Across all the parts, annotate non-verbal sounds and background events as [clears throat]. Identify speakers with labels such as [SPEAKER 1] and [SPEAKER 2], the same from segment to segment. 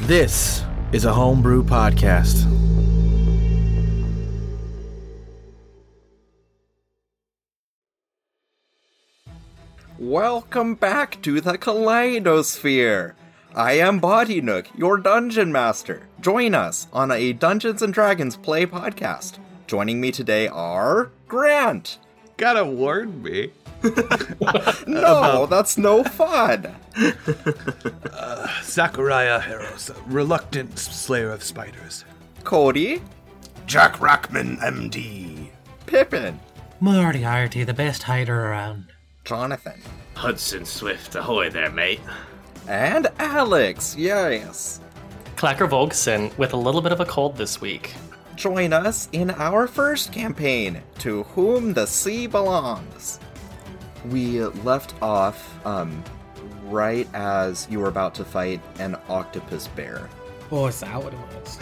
[SPEAKER 1] This is a homebrew podcast.
[SPEAKER 2] Welcome back to the Kaleidosphere. I am Body Nook, your dungeon master. Join us on a Dungeons and Dragons play podcast. Joining me today are Grant.
[SPEAKER 3] Gotta warn me. [laughs]
[SPEAKER 2] [laughs] No, that's no fun.
[SPEAKER 3] Sakuraya Heros, reluctant slayer of spiders.
[SPEAKER 2] Cody,
[SPEAKER 4] Jack Rackman, MD.
[SPEAKER 2] Pippin,
[SPEAKER 5] Moriarty, the best hider around.
[SPEAKER 2] Jonathan,
[SPEAKER 6] Hudson Swift, ahoy there, mate.
[SPEAKER 2] and Alex. Yes.
[SPEAKER 7] Clacker Volgson with a little bit of a cold this week.
[SPEAKER 2] Join us in our first campaign, To Whom the Sea Belongs. We left off um, right as you were about to fight an octopus bear.
[SPEAKER 5] Oh, is that what it was?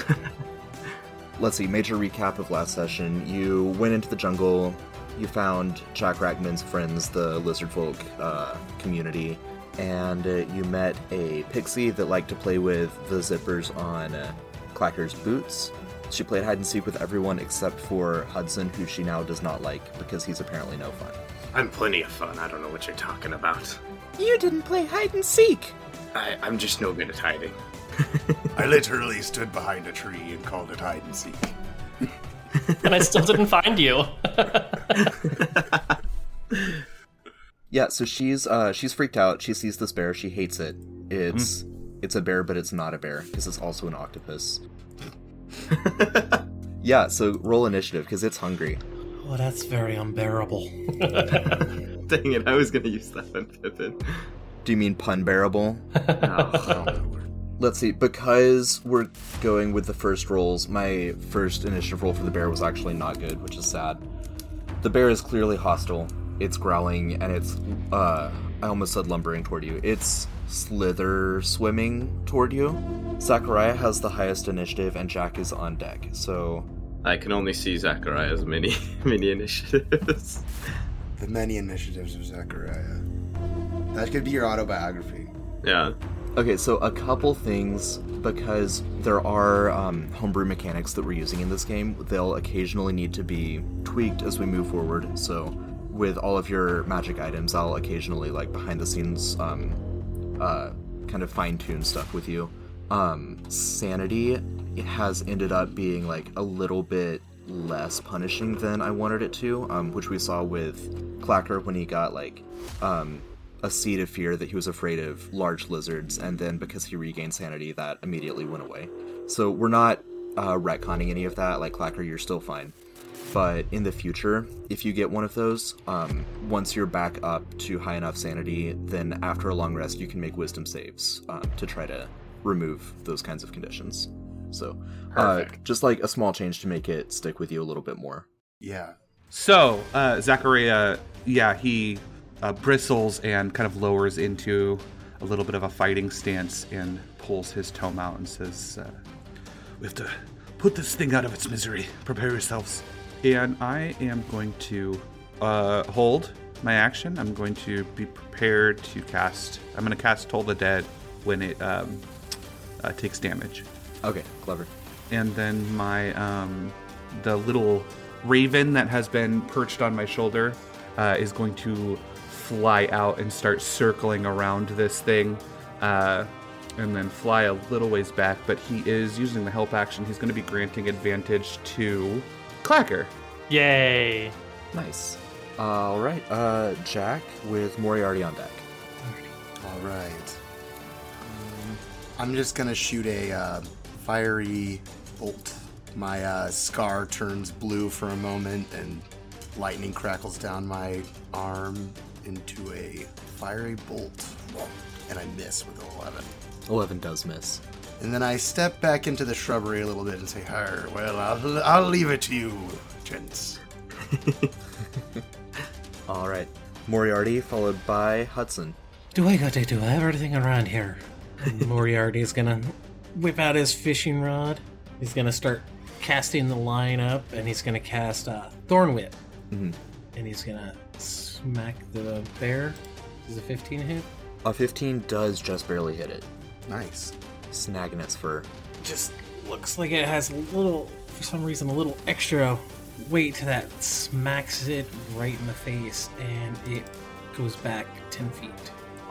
[SPEAKER 2] Let's see, major recap of last session. You went into the jungle, you found Jack Rackman's friends, the lizard folk uh, community, and uh, you met a pixie that liked to play with the zippers on uh, Clacker's boots. She played hide and seek with everyone except for Hudson, who she now does not like because he's apparently no fun.
[SPEAKER 6] I'm plenty of fun. I don't know what you're talking about.
[SPEAKER 2] You didn't play hide and seek!
[SPEAKER 6] I, I'm just no good at hiding.
[SPEAKER 4] [laughs] I literally stood behind a tree and called it hide and seek.
[SPEAKER 7] And I still didn't find you. [laughs]
[SPEAKER 2] Yeah, so she's uh she's freaked out. She sees this bear. She hates it. It's it's a bear, but it's not a bear because it's also an octopus. yeah, so roll initiative because it's hungry.
[SPEAKER 5] [laughs] Oh, that's very unbearable.
[SPEAKER 6] [laughs] Dang it, I was gonna use that one, Pippin.
[SPEAKER 2] Do you mean pun bearable?
[SPEAKER 6] Oh,
[SPEAKER 2] Let's see. Because we're going with the first rolls, my first initiative roll for the bear was actually not good, which is sad. The bear is clearly hostile. It's growling and it's uh I almost said lumbering toward you. It's slither swimming toward you. Sakurai has the highest initiative and Jack is on deck. So
[SPEAKER 6] I can only see Zachariah's mini [laughs] mini initiatives.
[SPEAKER 4] [laughs] The many initiatives of Zachariah. That could be your autobiography.
[SPEAKER 6] Yeah.
[SPEAKER 2] Okay, so a couple things because there are um, homebrew mechanics that we're using in this game. They'll occasionally need to be tweaked as we move forward. So, with all of your magic items, I'll occasionally like behind the scenes, um, uh, kind of fine tune stuff with you. Um, sanity has ended up being like a little bit less punishing than I wanted it to, um, which we saw with Clacker when he got like um, a seed of fear that he was afraid of large lizards, and then because he regained sanity, that immediately went away. So we're not uh, retconning any of that. Like Clacker, you're still fine. But in the future, if you get one of those, um, once you're back up to high enough sanity, then after a long rest, you can make wisdom saves um, to try to remove those kinds of conditions. So, uh, just like a small change to make it stick with you a little bit more.
[SPEAKER 4] Yeah.
[SPEAKER 3] So, uh, Zachariah, yeah, he uh, bristles and kind of lowers into a little bit of a fighting stance and pulls his tome out and says, uh, We have to put this thing out of its misery. Prepare yourselves. And I am going to uh, hold my action. I'm going to be prepared to cast. I'm going to cast Toll the Dead when it um, uh, takes damage
[SPEAKER 2] Okay, clever.
[SPEAKER 3] and then my um, the little raven that has been perched on my shoulder uh, is going to fly out and start circling around this thing uh, and then fly a little ways back but he is using the help action he's going to be granting advantage to clacker
[SPEAKER 7] Yay.
[SPEAKER 2] Nice. All right, uh, Jack with Moriarty on deck.
[SPEAKER 4] All right. Um, I'm just gonna shoot a uh, fiery bolt. My uh, scar turns blue for a moment, and lightning crackles down my arm into a fiery bolt, and I miss with an 11.
[SPEAKER 2] 11 does miss.
[SPEAKER 4] And then I step back into the shrubbery a little bit and say, "Her, well, I'll, I'll leave it to you, gents."
[SPEAKER 2] [laughs] All right. Moriarty followed by Hudson.
[SPEAKER 5] do I gotta do everything around here? [laughs] Moriarty's gonna whip out his fishing rod. He's gonna start casting the line up, and he's gonna cast uh, Thorn Whip. And he's gonna smack the bear. Is a 15 hit?
[SPEAKER 2] A 15 does just barely hit it.
[SPEAKER 4] Nice.
[SPEAKER 2] snagging its fur.
[SPEAKER 5] just looks like it has a little, for some reason, a little extra weight that smacks it right in the face, and it goes back ten feet.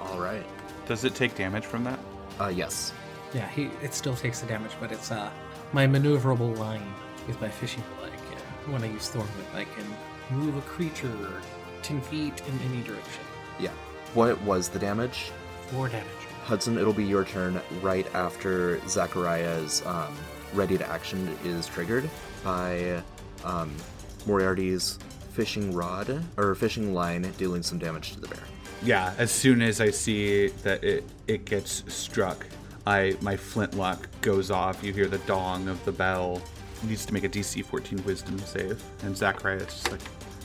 [SPEAKER 2] All right.
[SPEAKER 3] Does it take damage from that?
[SPEAKER 2] Uh, yes.
[SPEAKER 5] Yeah, he it still takes the damage, but it's uh my maneuverable line with my fishing pole. I can, when I use Thornwood, I can move a creature ten feet in any direction.
[SPEAKER 2] Yeah. What was the damage?
[SPEAKER 5] Four damage.
[SPEAKER 2] Hudson, it'll be your turn right after Zachariah's um, ready to action is triggered by um, Moriarty's fishing rod or fishing line dealing some damage to the bear.
[SPEAKER 3] Yeah, as soon as I see that it it gets struck, I my flintlock goes off. You hear the dong of the bell. It needs to make a DC 14 Wisdom save, and Zachariah is just like,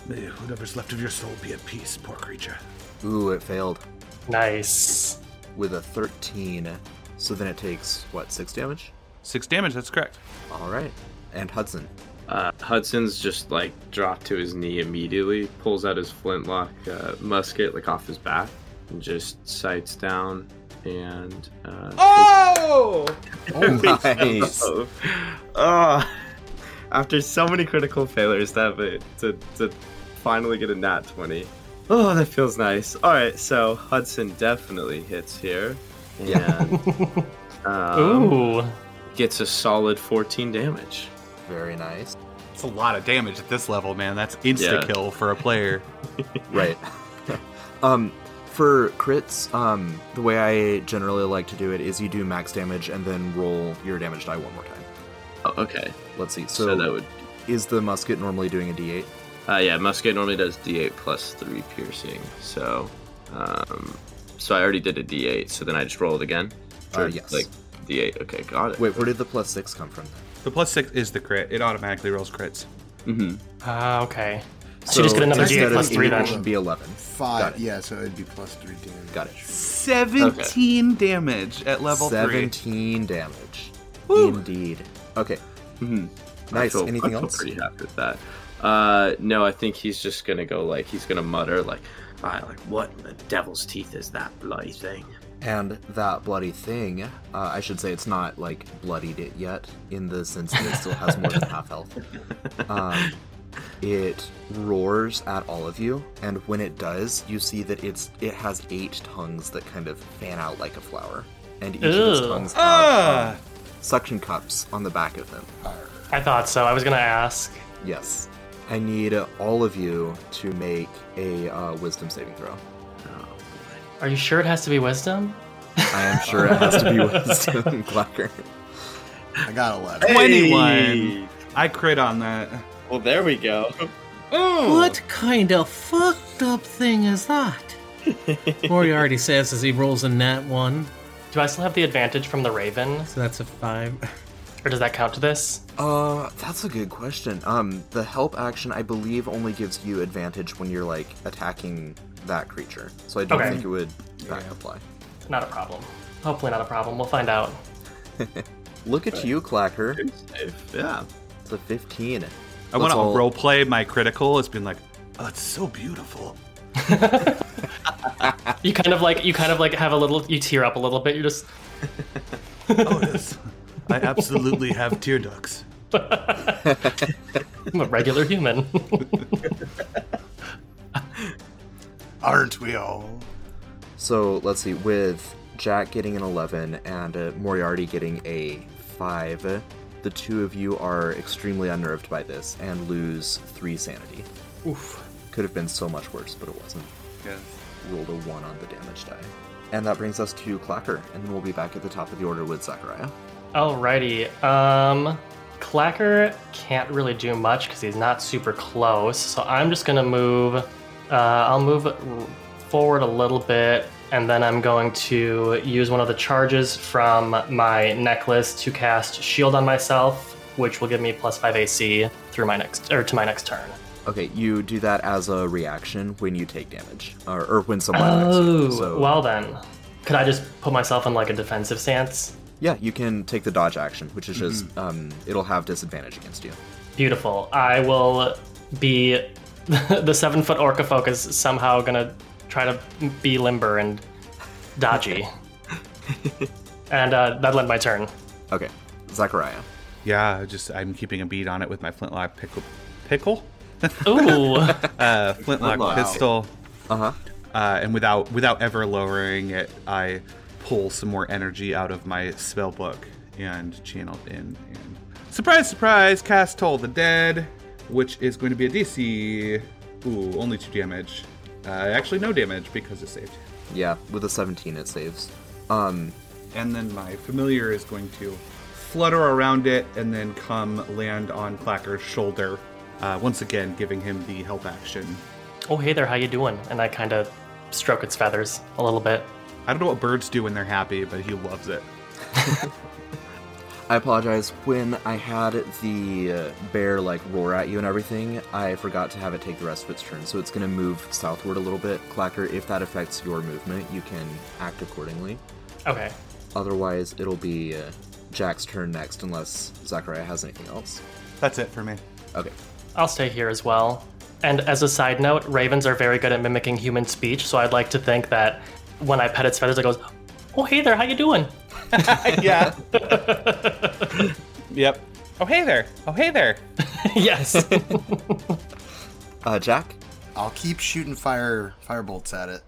[SPEAKER 3] "May whatever's left of your soul be at peace, poor creature."
[SPEAKER 2] Ooh, it failed
[SPEAKER 7] Nice.
[SPEAKER 2] with a 13. So then it takes, what, 6 damage?
[SPEAKER 3] Six damage. That's correct.
[SPEAKER 2] All right. And Hudson.
[SPEAKER 6] Uh, Hudson's just like dropped to his knee immediately, pulls out his flintlock uh, musket like off his back, and just sights down and. Uh,
[SPEAKER 8] Ah!
[SPEAKER 3] Oh!
[SPEAKER 2] [laughs]
[SPEAKER 6] [laughs]
[SPEAKER 2] Nice.
[SPEAKER 6] Oh. Ah. after so many critical failures, that but to to finally get a nat twenty. Oh, that feels nice. All right, so Hudson definitely hits here, and
[SPEAKER 2] [laughs]
[SPEAKER 6] um,
[SPEAKER 7] Ooh.
[SPEAKER 6] gets a solid fourteen damage.
[SPEAKER 2] Very nice.
[SPEAKER 3] It's a lot of damage at this level, man. That's insta kill for a player.
[SPEAKER 2] Right. [laughs] um, for crits, um, the way I generally like to do it is you do max damage and then roll your damage die one more time.
[SPEAKER 6] Oh, okay,
[SPEAKER 2] Let's see.
[SPEAKER 6] so,
[SPEAKER 2] So,
[SPEAKER 6] that would
[SPEAKER 2] is the musket normally doing a d8?
[SPEAKER 6] uh, yeah. Musket normally does D eight plus three piercing, so um, so I already did a D eight, so then I just roll it again.
[SPEAKER 2] Uh, yes.
[SPEAKER 6] Like D eight. Okay, got it.
[SPEAKER 2] Wait, where did the plus six come from? Then?
[SPEAKER 3] The plus six is the crit. It automatically rolls crits.
[SPEAKER 6] Mm-hmm.
[SPEAKER 7] Ah, okay. So, you just get another
[SPEAKER 2] instead
[SPEAKER 7] D8
[SPEAKER 2] of
[SPEAKER 7] plus three
[SPEAKER 2] eight,
[SPEAKER 7] then.
[SPEAKER 2] It should be eleven. Got
[SPEAKER 4] Five.
[SPEAKER 2] it.
[SPEAKER 4] Yeah, so it'd be plus three damage.
[SPEAKER 2] Got it.
[SPEAKER 3] 17 damage at level three.
[SPEAKER 2] Seventeen damage. Indeed. Okay. Nice.
[SPEAKER 6] I feel,
[SPEAKER 2] Anything
[SPEAKER 6] I feel
[SPEAKER 2] else?
[SPEAKER 6] Pretty happy with that. Uh, no, I think he's just gonna go like he's gonna mutter like, "I like what in the devil's teeth is that bloody thing?"
[SPEAKER 2] And that bloody thing, uh, I should say it's not like bloodied it yet, in the sense that it still has more than half health. Um, it roars at all of you, and when it does, you see that it's it has eight tongues that kind of fan out like a flower, and each of its
[SPEAKER 7] Ew.
[SPEAKER 2] tongues have
[SPEAKER 3] Ah!
[SPEAKER 2] um, suction cups on the back of them.
[SPEAKER 7] I thought so. I was gonna ask.
[SPEAKER 2] Yes, I need uh, all of you to make a uh, wisdom saving throw.
[SPEAKER 7] Are you sure it has to be
[SPEAKER 5] [laughs]
[SPEAKER 7] wisdom?
[SPEAKER 2] I am sure it has to be wisdom, [laughs] Clacker.
[SPEAKER 4] I got 11.
[SPEAKER 3] 21. I crit on that.
[SPEAKER 6] Well, there we go.
[SPEAKER 5] What kind of fucked up thing is that? Moriarty says as he rolls a nat one,
[SPEAKER 7] Do I still have the advantage from the raven,
[SPEAKER 5] so that's a five.
[SPEAKER 7] or does that count to this?
[SPEAKER 2] Uh, that's a good question. Um, the help action, I believe, only gives you advantage when you're like attacking that creature. So I don't
[SPEAKER 7] Okay.
[SPEAKER 2] think it would back apply. [laughs]
[SPEAKER 7] Not a problem. Hopefully not a problem. We'll find out.
[SPEAKER 2] Look at you, Clacker.
[SPEAKER 6] yeah.
[SPEAKER 2] It's a 15.
[SPEAKER 3] I want
[SPEAKER 2] Let's
[SPEAKER 3] to
[SPEAKER 2] all-
[SPEAKER 3] roleplay my critical. It's been like, oh, it's so beautiful.
[SPEAKER 7] You kind of like you kind of like have a little you tear up a little bit. You're just
[SPEAKER 3] [laughs] Oh, it is. I absolutely have tear ducts.
[SPEAKER 7] [laughs] I'm a regular human. [laughs]
[SPEAKER 4] Aren't we all?
[SPEAKER 2] So let's see, with Jack getting an 11 and uh, Moriarty getting a 5, the two of you are extremely unnerved by this and lose 3 sanity.
[SPEAKER 7] Oof.
[SPEAKER 2] Could have been so much worse, but it wasn't. Rolled a 1 on the damage die. And that brings us to Clacker, and then we'll be back at the top of the order with Zachariah.
[SPEAKER 7] Alrighty. Um, Clacker can't really do much because he's not super close. So I'm just gonna move. Uh, I'll move forward a little bit, and then I'm going to use one of the charges from my necklace to cast Shield on myself, which will give me plus five AC through my next or to my next turn.
[SPEAKER 2] Okay, you do that as a reaction when you take damage, or, or when someone attacks
[SPEAKER 7] Oh,
[SPEAKER 2] you. So,
[SPEAKER 7] well then, could I just put myself in like a defensive stance? Mm-hmm.
[SPEAKER 2] yeah, you can take the dodge action, which is just um, it'll have disadvantage against you.
[SPEAKER 7] Beautiful. I will be [laughs] the seven foot orca folk is somehow gonna try to be limber and dodgy. [laughs] And uh, that'll end my turn.
[SPEAKER 2] Okay, Zachariah.
[SPEAKER 3] Yeah, I just I'm keeping a bead on it with my flintlock pickle, pickle,
[SPEAKER 7] Ooh.
[SPEAKER 3] [laughs] uh, flintlock
[SPEAKER 2] Flintlock.
[SPEAKER 3] pistol,
[SPEAKER 2] Uh huh.
[SPEAKER 3] uh, and without without ever lowering it, I pull some more energy out of my spell book and channeled in. And surprise, surprise, cast Toll the Dead, which is going to be a DC. Ooh, only two damage. Uh, actually, no damage because it saved.
[SPEAKER 2] Yeah, with a 17 it saves. Um,
[SPEAKER 3] and then my familiar is going to flutter around it and then come land on Clacker's shoulder, uh, once again giving him the help action.
[SPEAKER 7] oh, hey there, how you doing? And I kind of stroke its feathers a little bit.
[SPEAKER 3] I don't know what birds do when they're happy, but he loves it.
[SPEAKER 2] I apologize. When I had the uh, bear like roar at you and everything, I forgot to have it take the rest of its turn, so it's going to move southward a little bit. Clacker, if that affects your movement, you can act accordingly.
[SPEAKER 7] Okay.
[SPEAKER 2] Otherwise, it'll be uh, Jack's turn next, unless Zachariah has anything else.
[SPEAKER 3] That's it for me.
[SPEAKER 2] Okay.
[SPEAKER 7] I'll stay here as well. And as a side note, ravens are very good at mimicking human speech, so I'd like to think that when I pet its feathers, it goes, "Oh, hey there, how you
[SPEAKER 5] [laughs]
[SPEAKER 7] doing?"
[SPEAKER 3] yeah. yep. Oh hey there. Oh hey there. [laughs]
[SPEAKER 7] yes.
[SPEAKER 2] Uh, Jack,
[SPEAKER 4] I'll keep shooting fire fire bolts at it.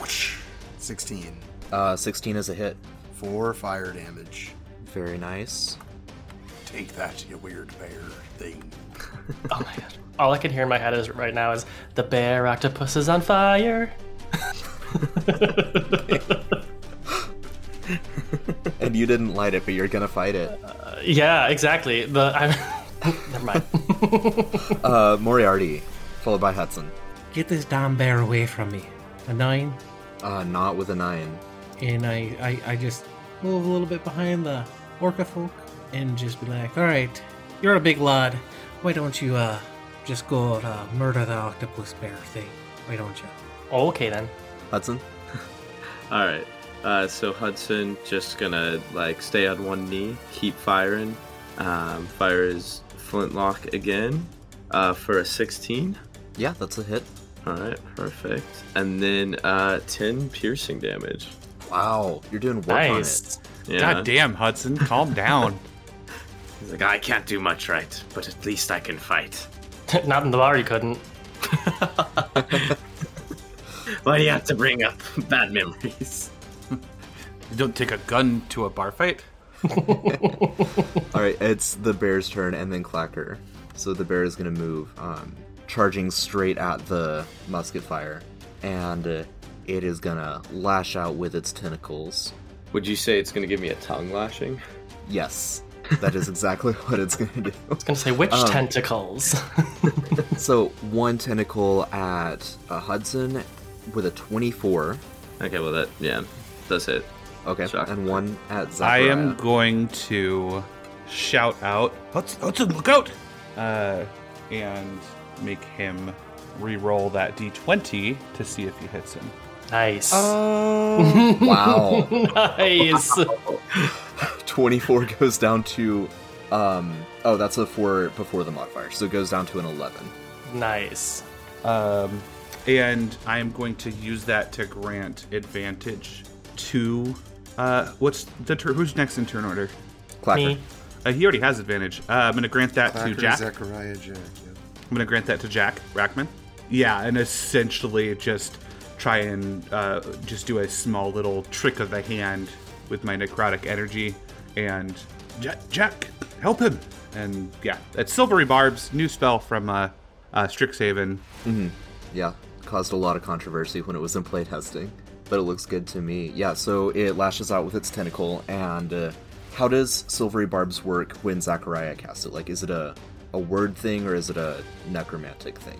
[SPEAKER 4] Whoosh. 16
[SPEAKER 2] uh, 16 is a hit.
[SPEAKER 4] for fire damage.
[SPEAKER 2] Very nice. [laughs]
[SPEAKER 4] Take that, you weird bear thing.
[SPEAKER 7] oh my god. All I can hear in my head is right now is the bear octopus is on fire.
[SPEAKER 2] and you didn't light it, but you're going to fight it.
[SPEAKER 7] Uh, Yeah, exactly. The [laughs] I'm. Never mind. [laughs]
[SPEAKER 2] Uh, Moriarty, followed by Hudson.
[SPEAKER 5] Get this damn bear away from me. A nine,
[SPEAKER 2] Uh, not with a 9.
[SPEAKER 5] and I, I, I just move a little bit behind the orca folk and just be like, all right, you're a big lad. Why don't you uh, just go out, uh, murder the octopus bear thing? Why don't you?
[SPEAKER 7] okay then. [laughs]
[SPEAKER 2] Hudson?
[SPEAKER 6] [laughs] All right. Uh, so Hudson just gonna like stay on one knee, keep firing, um, fire his flintlock again uh, for a 16.
[SPEAKER 2] Yeah, that's a hit.
[SPEAKER 6] All right, perfect. And then uh, 10 piercing damage.
[SPEAKER 2] Wow, Oh, you're doing work on it.
[SPEAKER 7] Nice.
[SPEAKER 6] Yeah.
[SPEAKER 3] God damn, Hudson, calm down.
[SPEAKER 6] [laughs] He's like, I can't do much right, but at least I can fight.
[SPEAKER 7] Not in the bar, you couldn't.
[SPEAKER 6] [laughs] Why do you have to bring up bad memories?
[SPEAKER 3] you [laughs] don't take a gun to a bar fight.
[SPEAKER 2] All right, it's the bear's turn and then Clacker. So the bear is going to move, um, charging straight at the musket fire, and uh, it is going to lash out with its tentacles.
[SPEAKER 6] Would you say it's gonna give me a tongue lashing?
[SPEAKER 2] Yes, that is exactly [laughs] what it's going to do. Um,
[SPEAKER 7] Gonna say which tentacles? [laughs]
[SPEAKER 2] So one tentacle at uh, Hudson with a 24.
[SPEAKER 6] Okay, well that yeah, does hit.
[SPEAKER 2] Okay,
[SPEAKER 6] Shock.
[SPEAKER 2] and one at
[SPEAKER 3] I
[SPEAKER 2] Zachariah.
[SPEAKER 3] am going to shout out, Hudson, Hudson look out! Uh, and make him re-roll that d20 to see if he hits him.
[SPEAKER 7] nice.
[SPEAKER 3] Oh.
[SPEAKER 7] [laughs]
[SPEAKER 2] Wow.
[SPEAKER 7] nice.
[SPEAKER 2] [laughs] 24 goes down to um oh that's a 4 before the modifier so it goes down to an 11
[SPEAKER 7] nice.
[SPEAKER 3] Um, and I am going to use that to grant advantage to uh, what's the tur- who's next in turn order?
[SPEAKER 2] clacker
[SPEAKER 7] Me.
[SPEAKER 3] Uh, he already has advantage. Uh, I'm going to grant that
[SPEAKER 4] Clacker,
[SPEAKER 3] to Jack.
[SPEAKER 4] Zechariah Jack. yeah.
[SPEAKER 3] I'm gonna grant that to Jack Rackman. Yeah, and essentially just try and uh, just do a small little trick of the hand with my necrotic energy, and Jack, Jack, help [laughs] him! And yeah, that's Silvery Barbs, new spell from uh, uh, Strixhaven.
[SPEAKER 2] yeah caused a lot of controversy when it was in playtesting but it looks good to me yeah so it lashes out with its tentacle and uh, how does silvery barbs work when zachariah casts it like is it a a word thing or is it a necromantic thing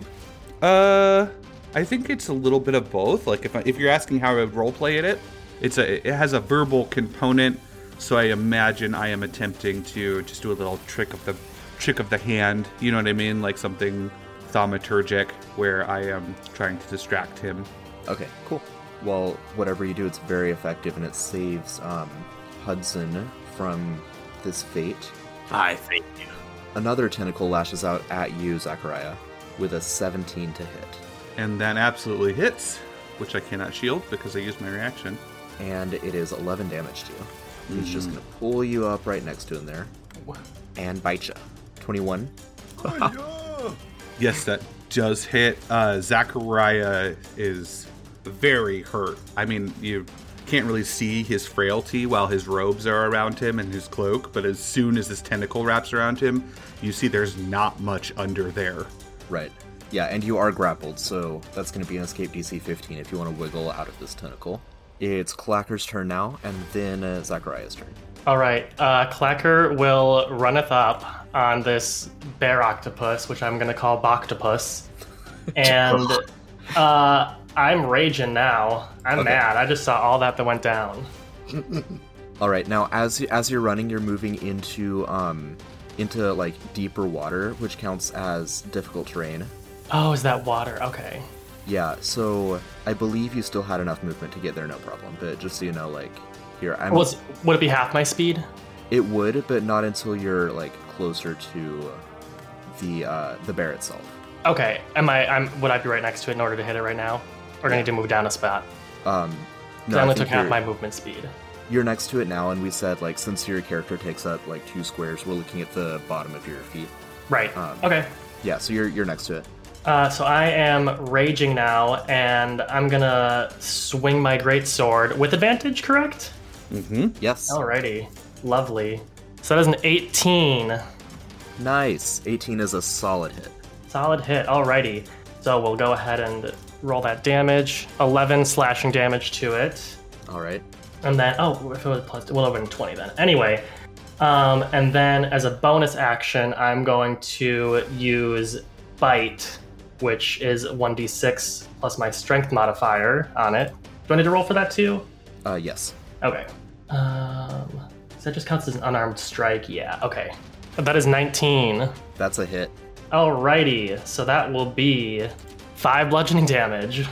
[SPEAKER 3] Uh, I think it's a little bit of both. Like if I, if you're asking how I would role play it, it's a it has a verbal component. So I imagine I am attempting to just do a little trick of the trick of the hand. You know what I mean? Like something thaumaturgic where I am trying to distract him.
[SPEAKER 2] Okay, cool. Well, whatever you do, it's very effective and it saves um, Hudson from this fate.
[SPEAKER 6] I thank you.
[SPEAKER 2] Another tentacle lashes out at you, Zachariah, with a 17 to hit,
[SPEAKER 3] And that absolutely hits, which I cannot shield because I used my reaction. Mm-hmm.
[SPEAKER 2] and it is 11 damage to you. He's just gonna pull you up right next to him there, and bite you. Twenty-one.
[SPEAKER 3] Yes, that does hit. Uh, Zachariah is very hurt. I mean, you can't really see his frailty while his robes are around him and his cloak, but as soon as his tentacle wraps around him, you see there's not much under there.
[SPEAKER 2] Right. Yeah, and you are grappled, so that's going to be an escape DC 15 if you want to wiggle out of this tentacle. It's Clacker's turn now, and then uh, Zachariah's turn.
[SPEAKER 7] All right, uh, Clacker will runneth up on this bear octopus, which I'm gonna call
[SPEAKER 2] [laughs]
[SPEAKER 7] Boctopus, and uh, I'm raging now. I'm mad. I just saw all that that went down.
[SPEAKER 2] All right, now as you- as you're running, you're moving into um into like deeper water, which counts as difficult terrain.
[SPEAKER 7] Oh, is that water? Okay.
[SPEAKER 2] Yeah, so I believe you still had enough movement to get there, no problem. But just so you know, like here, I'm.
[SPEAKER 7] Was would it be half my speed?
[SPEAKER 2] It would, but not until you're like closer to the uh, the bear itself.
[SPEAKER 7] Okay. Am I? I'm. Would I be right next to it in order to hit it right now, or do I need to move down a spot?
[SPEAKER 2] Um,
[SPEAKER 7] 'Cause I only took
[SPEAKER 2] think
[SPEAKER 7] half
[SPEAKER 2] you're-
[SPEAKER 7] my movement speed.
[SPEAKER 2] You're next to it now, and we said like since your character takes up like two squares, we're looking at the bottom of your feet.
[SPEAKER 7] Right.
[SPEAKER 2] Um,
[SPEAKER 7] okay.
[SPEAKER 2] Yeah, so you're you're next to it.
[SPEAKER 7] Uh, so I am raging now, and I'm gonna swing my great sword with advantage. Correct.
[SPEAKER 2] Mm-hmm. Yes.
[SPEAKER 7] Alrighty, lovely. So that is an 18.
[SPEAKER 2] Nice. 18 is a solid hit.
[SPEAKER 7] Solid hit, alrighty. So we'll go ahead and roll that damage. 11 slashing damage to it.
[SPEAKER 2] All right.
[SPEAKER 7] And then, oh, if it was plus, well, it would have been 20 then. Anyway, um, and then as a bonus action, I'm going to use Bite, which is 1d6 plus my strength modifier on it. Do I need to roll for that too?
[SPEAKER 2] Uh, yes.
[SPEAKER 7] Okay. Um, so that just counts as an unarmed strike. Yeah. Okay. That is 19.
[SPEAKER 2] That's a hit.
[SPEAKER 7] Alrighty. So that will be five bludgeoning damage,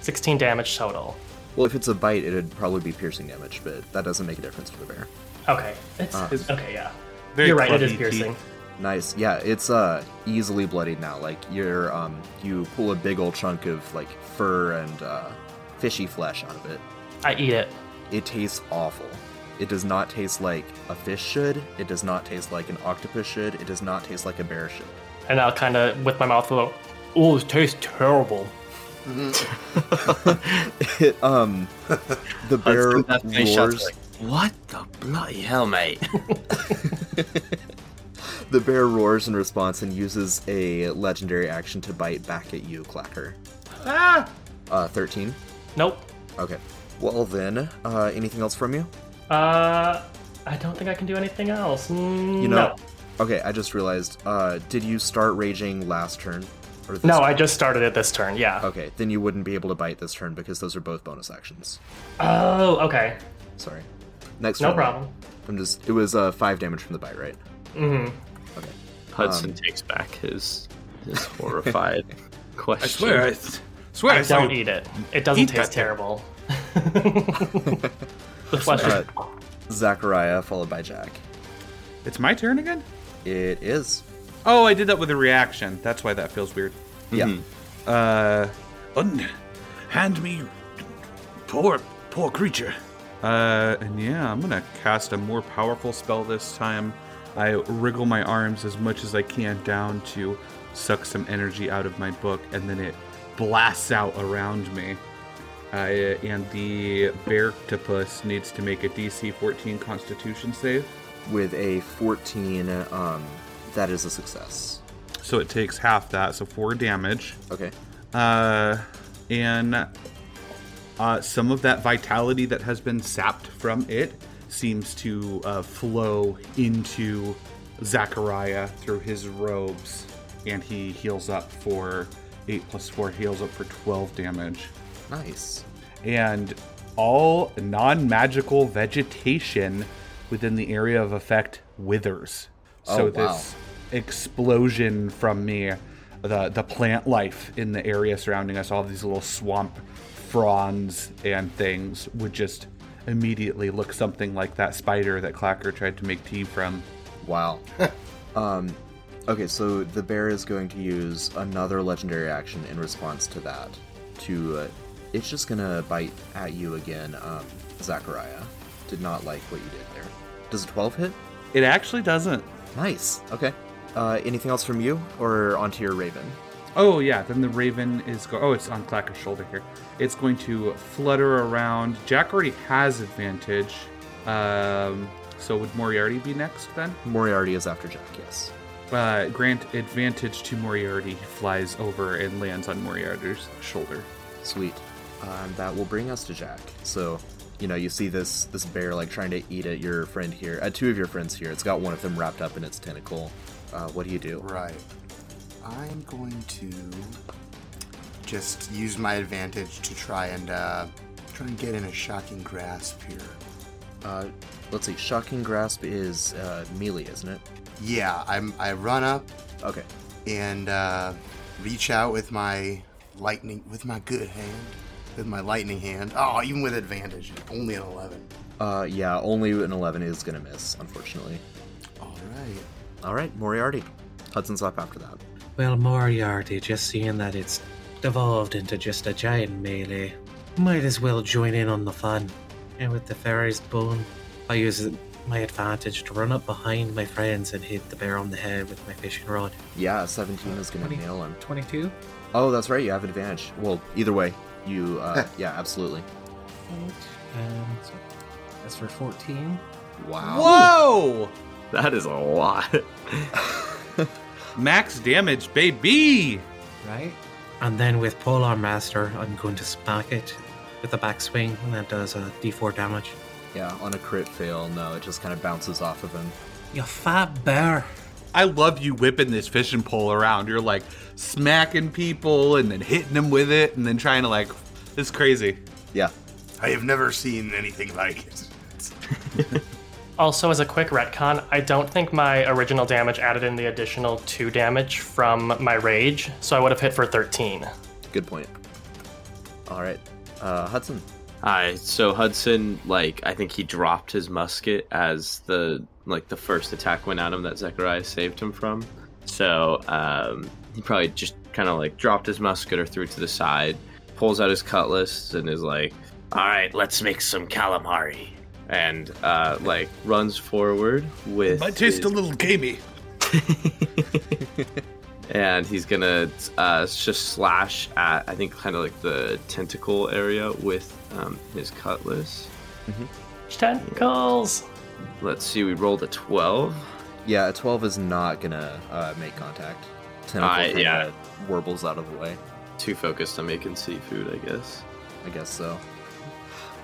[SPEAKER 7] 16 damage total.
[SPEAKER 2] Well, if it's a bite, it'd probably be piercing damage, but that doesn't make a difference for the bear.
[SPEAKER 7] Okay.
[SPEAKER 2] Uh,
[SPEAKER 7] It's
[SPEAKER 3] His
[SPEAKER 7] okay. Yeah.
[SPEAKER 3] very
[SPEAKER 7] You're right. It is
[SPEAKER 3] clubby
[SPEAKER 7] piercing.
[SPEAKER 3] teeth.
[SPEAKER 2] Nice. Yeah, it's uh easily bloodied now. Like you're um you pull a big old chunk of like fur and uh, fishy flesh out of it.
[SPEAKER 7] I eat it.
[SPEAKER 2] It tastes awful. It does not taste like a fish should. It does not taste like an octopus should. It does not taste like a bear should.
[SPEAKER 7] And I'll kind of, with my mouth, go, oh, it tastes terrible.
[SPEAKER 9] Mm-hmm.
[SPEAKER 2] It, um,
[SPEAKER 6] [laughs]
[SPEAKER 2] the bear roars.
[SPEAKER 6] what the bloody hell, mate? [laughs]
[SPEAKER 2] The bear roars in response and uses a legendary action to bite back at you, Clacker. Ah! Uh, thirteen.
[SPEAKER 7] Nope.
[SPEAKER 2] Okay. Well then, uh, anything else from you?
[SPEAKER 7] Uh, I don't think I can do anything else. Mm,
[SPEAKER 2] You Okay, I just realized. Uh, did you start raging last turn? Or this
[SPEAKER 7] No,
[SPEAKER 2] turn?
[SPEAKER 7] I just started it this turn. Yeah.
[SPEAKER 2] Okay, then you wouldn't be able to bite this turn because those are both bonus actions.
[SPEAKER 7] Oh, okay.
[SPEAKER 2] Sorry. Next.
[SPEAKER 7] No
[SPEAKER 2] round.
[SPEAKER 7] problem.
[SPEAKER 2] I'm just. It was uh, five damage from the bite, right? Um,
[SPEAKER 7] Mm-hmm.
[SPEAKER 6] Hudson takes back his
[SPEAKER 2] [laughs]
[SPEAKER 6] his horrified question.
[SPEAKER 9] I swear, I swear, I,
[SPEAKER 7] I
[SPEAKER 9] saw
[SPEAKER 7] don't
[SPEAKER 9] you-
[SPEAKER 7] eat it. It doesn't
[SPEAKER 9] Eat that
[SPEAKER 7] taste
[SPEAKER 9] thing. [laughs]
[SPEAKER 7] terrible. the flesh
[SPEAKER 2] Uh,
[SPEAKER 7] is
[SPEAKER 2] Zachariah followed by Jack.
[SPEAKER 3] It's my turn again?
[SPEAKER 2] It is.
[SPEAKER 3] Oh, I did that with a reaction. That's why that feels weird.
[SPEAKER 2] Yeah.
[SPEAKER 3] Uh,
[SPEAKER 9] Un- hand me, poor, poor creature.
[SPEAKER 3] Uh, and yeah, I'm gonna cast a more powerful spell this time. I wriggle my arms as much as I can down to suck some energy out of my book, and then it blasts out around me. Uh, and the beartopus needs to make a DC 14 Constitution save,
[SPEAKER 2] With a 14, um, that is a success.
[SPEAKER 3] so it takes half that, so four damage.
[SPEAKER 2] Okay.
[SPEAKER 3] uh, and uh, some of that vitality that has been sapped from it seems to uh, flow into Zachariah through his robes, and he heals up for eight plus four heals up for twelve damage
[SPEAKER 2] Nice.
[SPEAKER 3] and all non magical vegetation within the area of effect withers. so
[SPEAKER 2] Oh, wow.
[SPEAKER 3] this explosion from me, the the plant life in the area surrounding us, all these little swamp fronds and things would just immediately look something like that spider that Clacker tried to make tea from.
[SPEAKER 2] Wow. [laughs] um, okay, so the bear is going to use another legendary action in response to that. To uh, it's just gonna bite at you again, um, Zachariah. Did not like what you did there. Does a 12 hit?
[SPEAKER 3] It actually doesn't.
[SPEAKER 2] Nice. Okay. Uh, anything else from you, or onto your Raven?
[SPEAKER 3] Oh yeah, then the raven is go. Oh, it's on Clacker's shoulder here. It's going to flutter around. Jack already has advantage. Um, so would Moriarty be next then?
[SPEAKER 2] Moriarty is after Jack. Yes.
[SPEAKER 3] Uh, grant advantage to Moriarty. He flies over and lands on Moriarty's shoulder.
[SPEAKER 2] Sweet. Um, that will bring us to Jack. So, you know, you see this this bear like trying to eat at your friend here, at two of your friends here. It's got one of them wrapped up in its tentacle. Uh, what do you do?
[SPEAKER 4] Right. I'm going to just use my advantage to try and uh, try and get in a shocking grasp here.
[SPEAKER 2] Uh, let's see. Shocking grasp is uh, melee, isn't it?
[SPEAKER 4] Yeah, I'm. I run up
[SPEAKER 2] Okay.
[SPEAKER 4] and uh, reach out with my lightning, with my good hand, with my lightning hand. Oh, even with advantage, only an eleven.
[SPEAKER 2] Uh, yeah, only an eleven is gonna miss, unfortunately.
[SPEAKER 4] All right.
[SPEAKER 2] All right, Moriarty. Hudson's up after that.
[SPEAKER 5] Well, Moriarty, just seeing that it's devolved into just a giant melee, might as well join in on the fun. And with the fairy's bone, I use my advantage to run up behind my friends and hit the bear on the head with my fishing rod.
[SPEAKER 2] Yeah, seventeen is gonna
[SPEAKER 5] 20.
[SPEAKER 2] nail him.
[SPEAKER 5] 22?
[SPEAKER 2] Oh, that's right. You have advantage. Well, either way, you.
[SPEAKER 4] [laughs]
[SPEAKER 2] Uh, yeah, absolutely.
[SPEAKER 5] Um, that's for 14.
[SPEAKER 2] Wow.
[SPEAKER 3] Whoa!
[SPEAKER 6] That is a lot.
[SPEAKER 2] [laughs]
[SPEAKER 3] Max damage, baby.
[SPEAKER 5] Right. And then with Polar Master, I'm going to smack it with a backswing, and that does a d4 damage.
[SPEAKER 2] Yeah, on a crit fail, no, it just kind of bounces off of him.
[SPEAKER 5] You fat bear!
[SPEAKER 3] I love you whipping this fishing pole around. You're like smacking people and then hitting them with it and then trying to like. It's crazy.
[SPEAKER 2] Yeah.
[SPEAKER 4] I have never seen anything like it.
[SPEAKER 7] Also, as a quick retcon, I don't think my original damage added in the additional two damage from my rage, so I would have hit for 13.
[SPEAKER 2] Good point. All right, uh, Hudson.
[SPEAKER 6] Hi. So Hudson, like, I think he dropped his musket as the like the first attack went at him that Zechariah saved him from. So um, he probably just kind of like dropped his musket or threw it to the side, pulls out his cutlass and is like, "All right, let's make some calamari." And uh, like runs forward with.
[SPEAKER 9] Might taste
[SPEAKER 6] his-
[SPEAKER 9] a little gamey.
[SPEAKER 6] and he's gonna uh, just slash at I think kind of like the tentacle area with um, his cutlass.
[SPEAKER 7] Tentacles!
[SPEAKER 6] Let's see, we rolled a twelve.
[SPEAKER 2] Yeah, a twelve is not gonna uh, make contact. Tentacle
[SPEAKER 6] Uh,
[SPEAKER 2] kinda
[SPEAKER 6] yeah.
[SPEAKER 2] warbles out of the way.
[SPEAKER 6] Too focused on making seafood, I guess.
[SPEAKER 2] I guess so.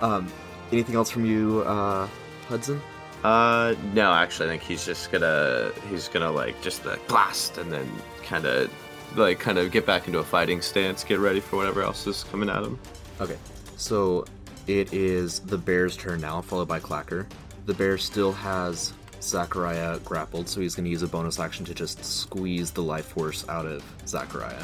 [SPEAKER 2] Um, anything else from you, uh, Hudson?
[SPEAKER 6] Uh, no, actually, I think he's just gonna he's gonna like just like blast and then kind of like kind of get back into a fighting stance, get ready for whatever else is coming at him.
[SPEAKER 2] Okay, so it is the bear's turn now, followed by Clacker. The bear still has Zachariah grappled, so he's going to use a bonus action to just squeeze the life force out of Zachariah.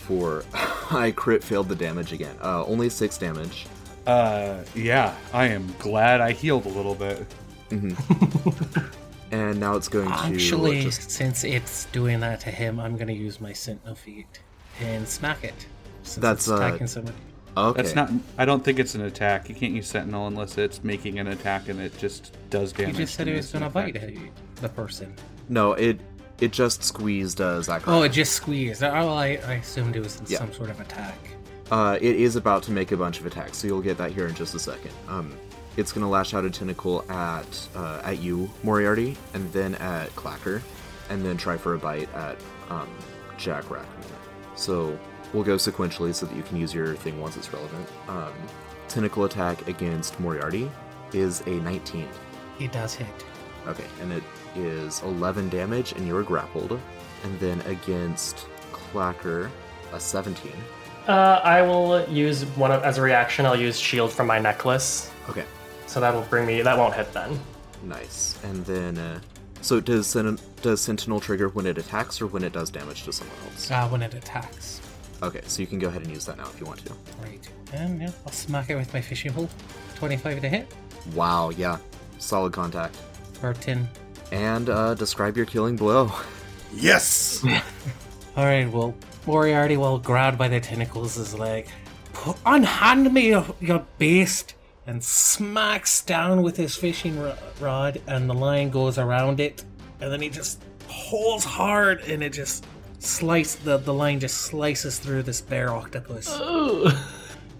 [SPEAKER 2] For [laughs] I crit failed the damage again. Uh, only six damage.
[SPEAKER 3] Uh, yeah. I am glad I healed a little bit.
[SPEAKER 2] Mm-hmm.
[SPEAKER 3] [laughs]
[SPEAKER 2] And now it's going to uh,
[SPEAKER 5] Actually,
[SPEAKER 2] just
[SPEAKER 5] since it's doing that to him, I'm going to use my Sentinel Feet and smack it. Since
[SPEAKER 2] That's,
[SPEAKER 5] it's
[SPEAKER 2] uh,
[SPEAKER 5] attacking somebody.
[SPEAKER 2] okay.
[SPEAKER 3] That's not. I don't think it's an attack. You can't use Sentinel unless it's making an attack and it just does
[SPEAKER 5] You
[SPEAKER 3] damage.
[SPEAKER 5] just said
[SPEAKER 3] to
[SPEAKER 5] it
[SPEAKER 3] me.
[SPEAKER 5] was
[SPEAKER 3] It's an
[SPEAKER 5] going to bite
[SPEAKER 3] attack.
[SPEAKER 5] you, the person.
[SPEAKER 2] no. It it just squeezed uh, Zachariah.
[SPEAKER 5] Oh, it just squeezed. Oh, I, I assumed it was
[SPEAKER 2] Yeah.
[SPEAKER 5] some sort of attack.
[SPEAKER 2] Uh, it is about to make a bunch of attacks, so you'll get that here in just a second. Um, it's going to lash out a tentacle at uh, at you, Moriarty, and then at Clacker, and then try for a bite at um, Jack Rackman. So we'll go sequentially so that you can use your thing once it's relevant. Um, tentacle attack against Moriarty is a 19.
[SPEAKER 5] He does hit.
[SPEAKER 2] Okay, and it is 11 damage, and you're grappled. And then against Clacker, a 17.
[SPEAKER 7] Uh, I will use one of, as a reaction, I'll use shield from my necklace.
[SPEAKER 2] Okay,
[SPEAKER 7] So that'll bring me, that won't hit then. [laughs]
[SPEAKER 2] Nice. And then, uh, so does Sen- does Sentinel trigger when it attacks or when it does damage to someone else?
[SPEAKER 5] Ah, when it attacks.
[SPEAKER 2] Okay, so you can go ahead and use that now if you want to.
[SPEAKER 5] Right. And yeah, I'll smack it with my fishing pole. 25 to hit.
[SPEAKER 2] Wow, yeah, solid contact.
[SPEAKER 5] Or 10.
[SPEAKER 2] And uh, describe your killing blow.
[SPEAKER 4] Yes.
[SPEAKER 5] Alright, well, Moriarty, while grabbed by the tentacles, is like, "Pu- Unhand me, you, you beast! and smacks down with his fishing ro- rod, and the line goes around it. And then he just pulls hard, and it just slices the, the line just slices through this bear octopus.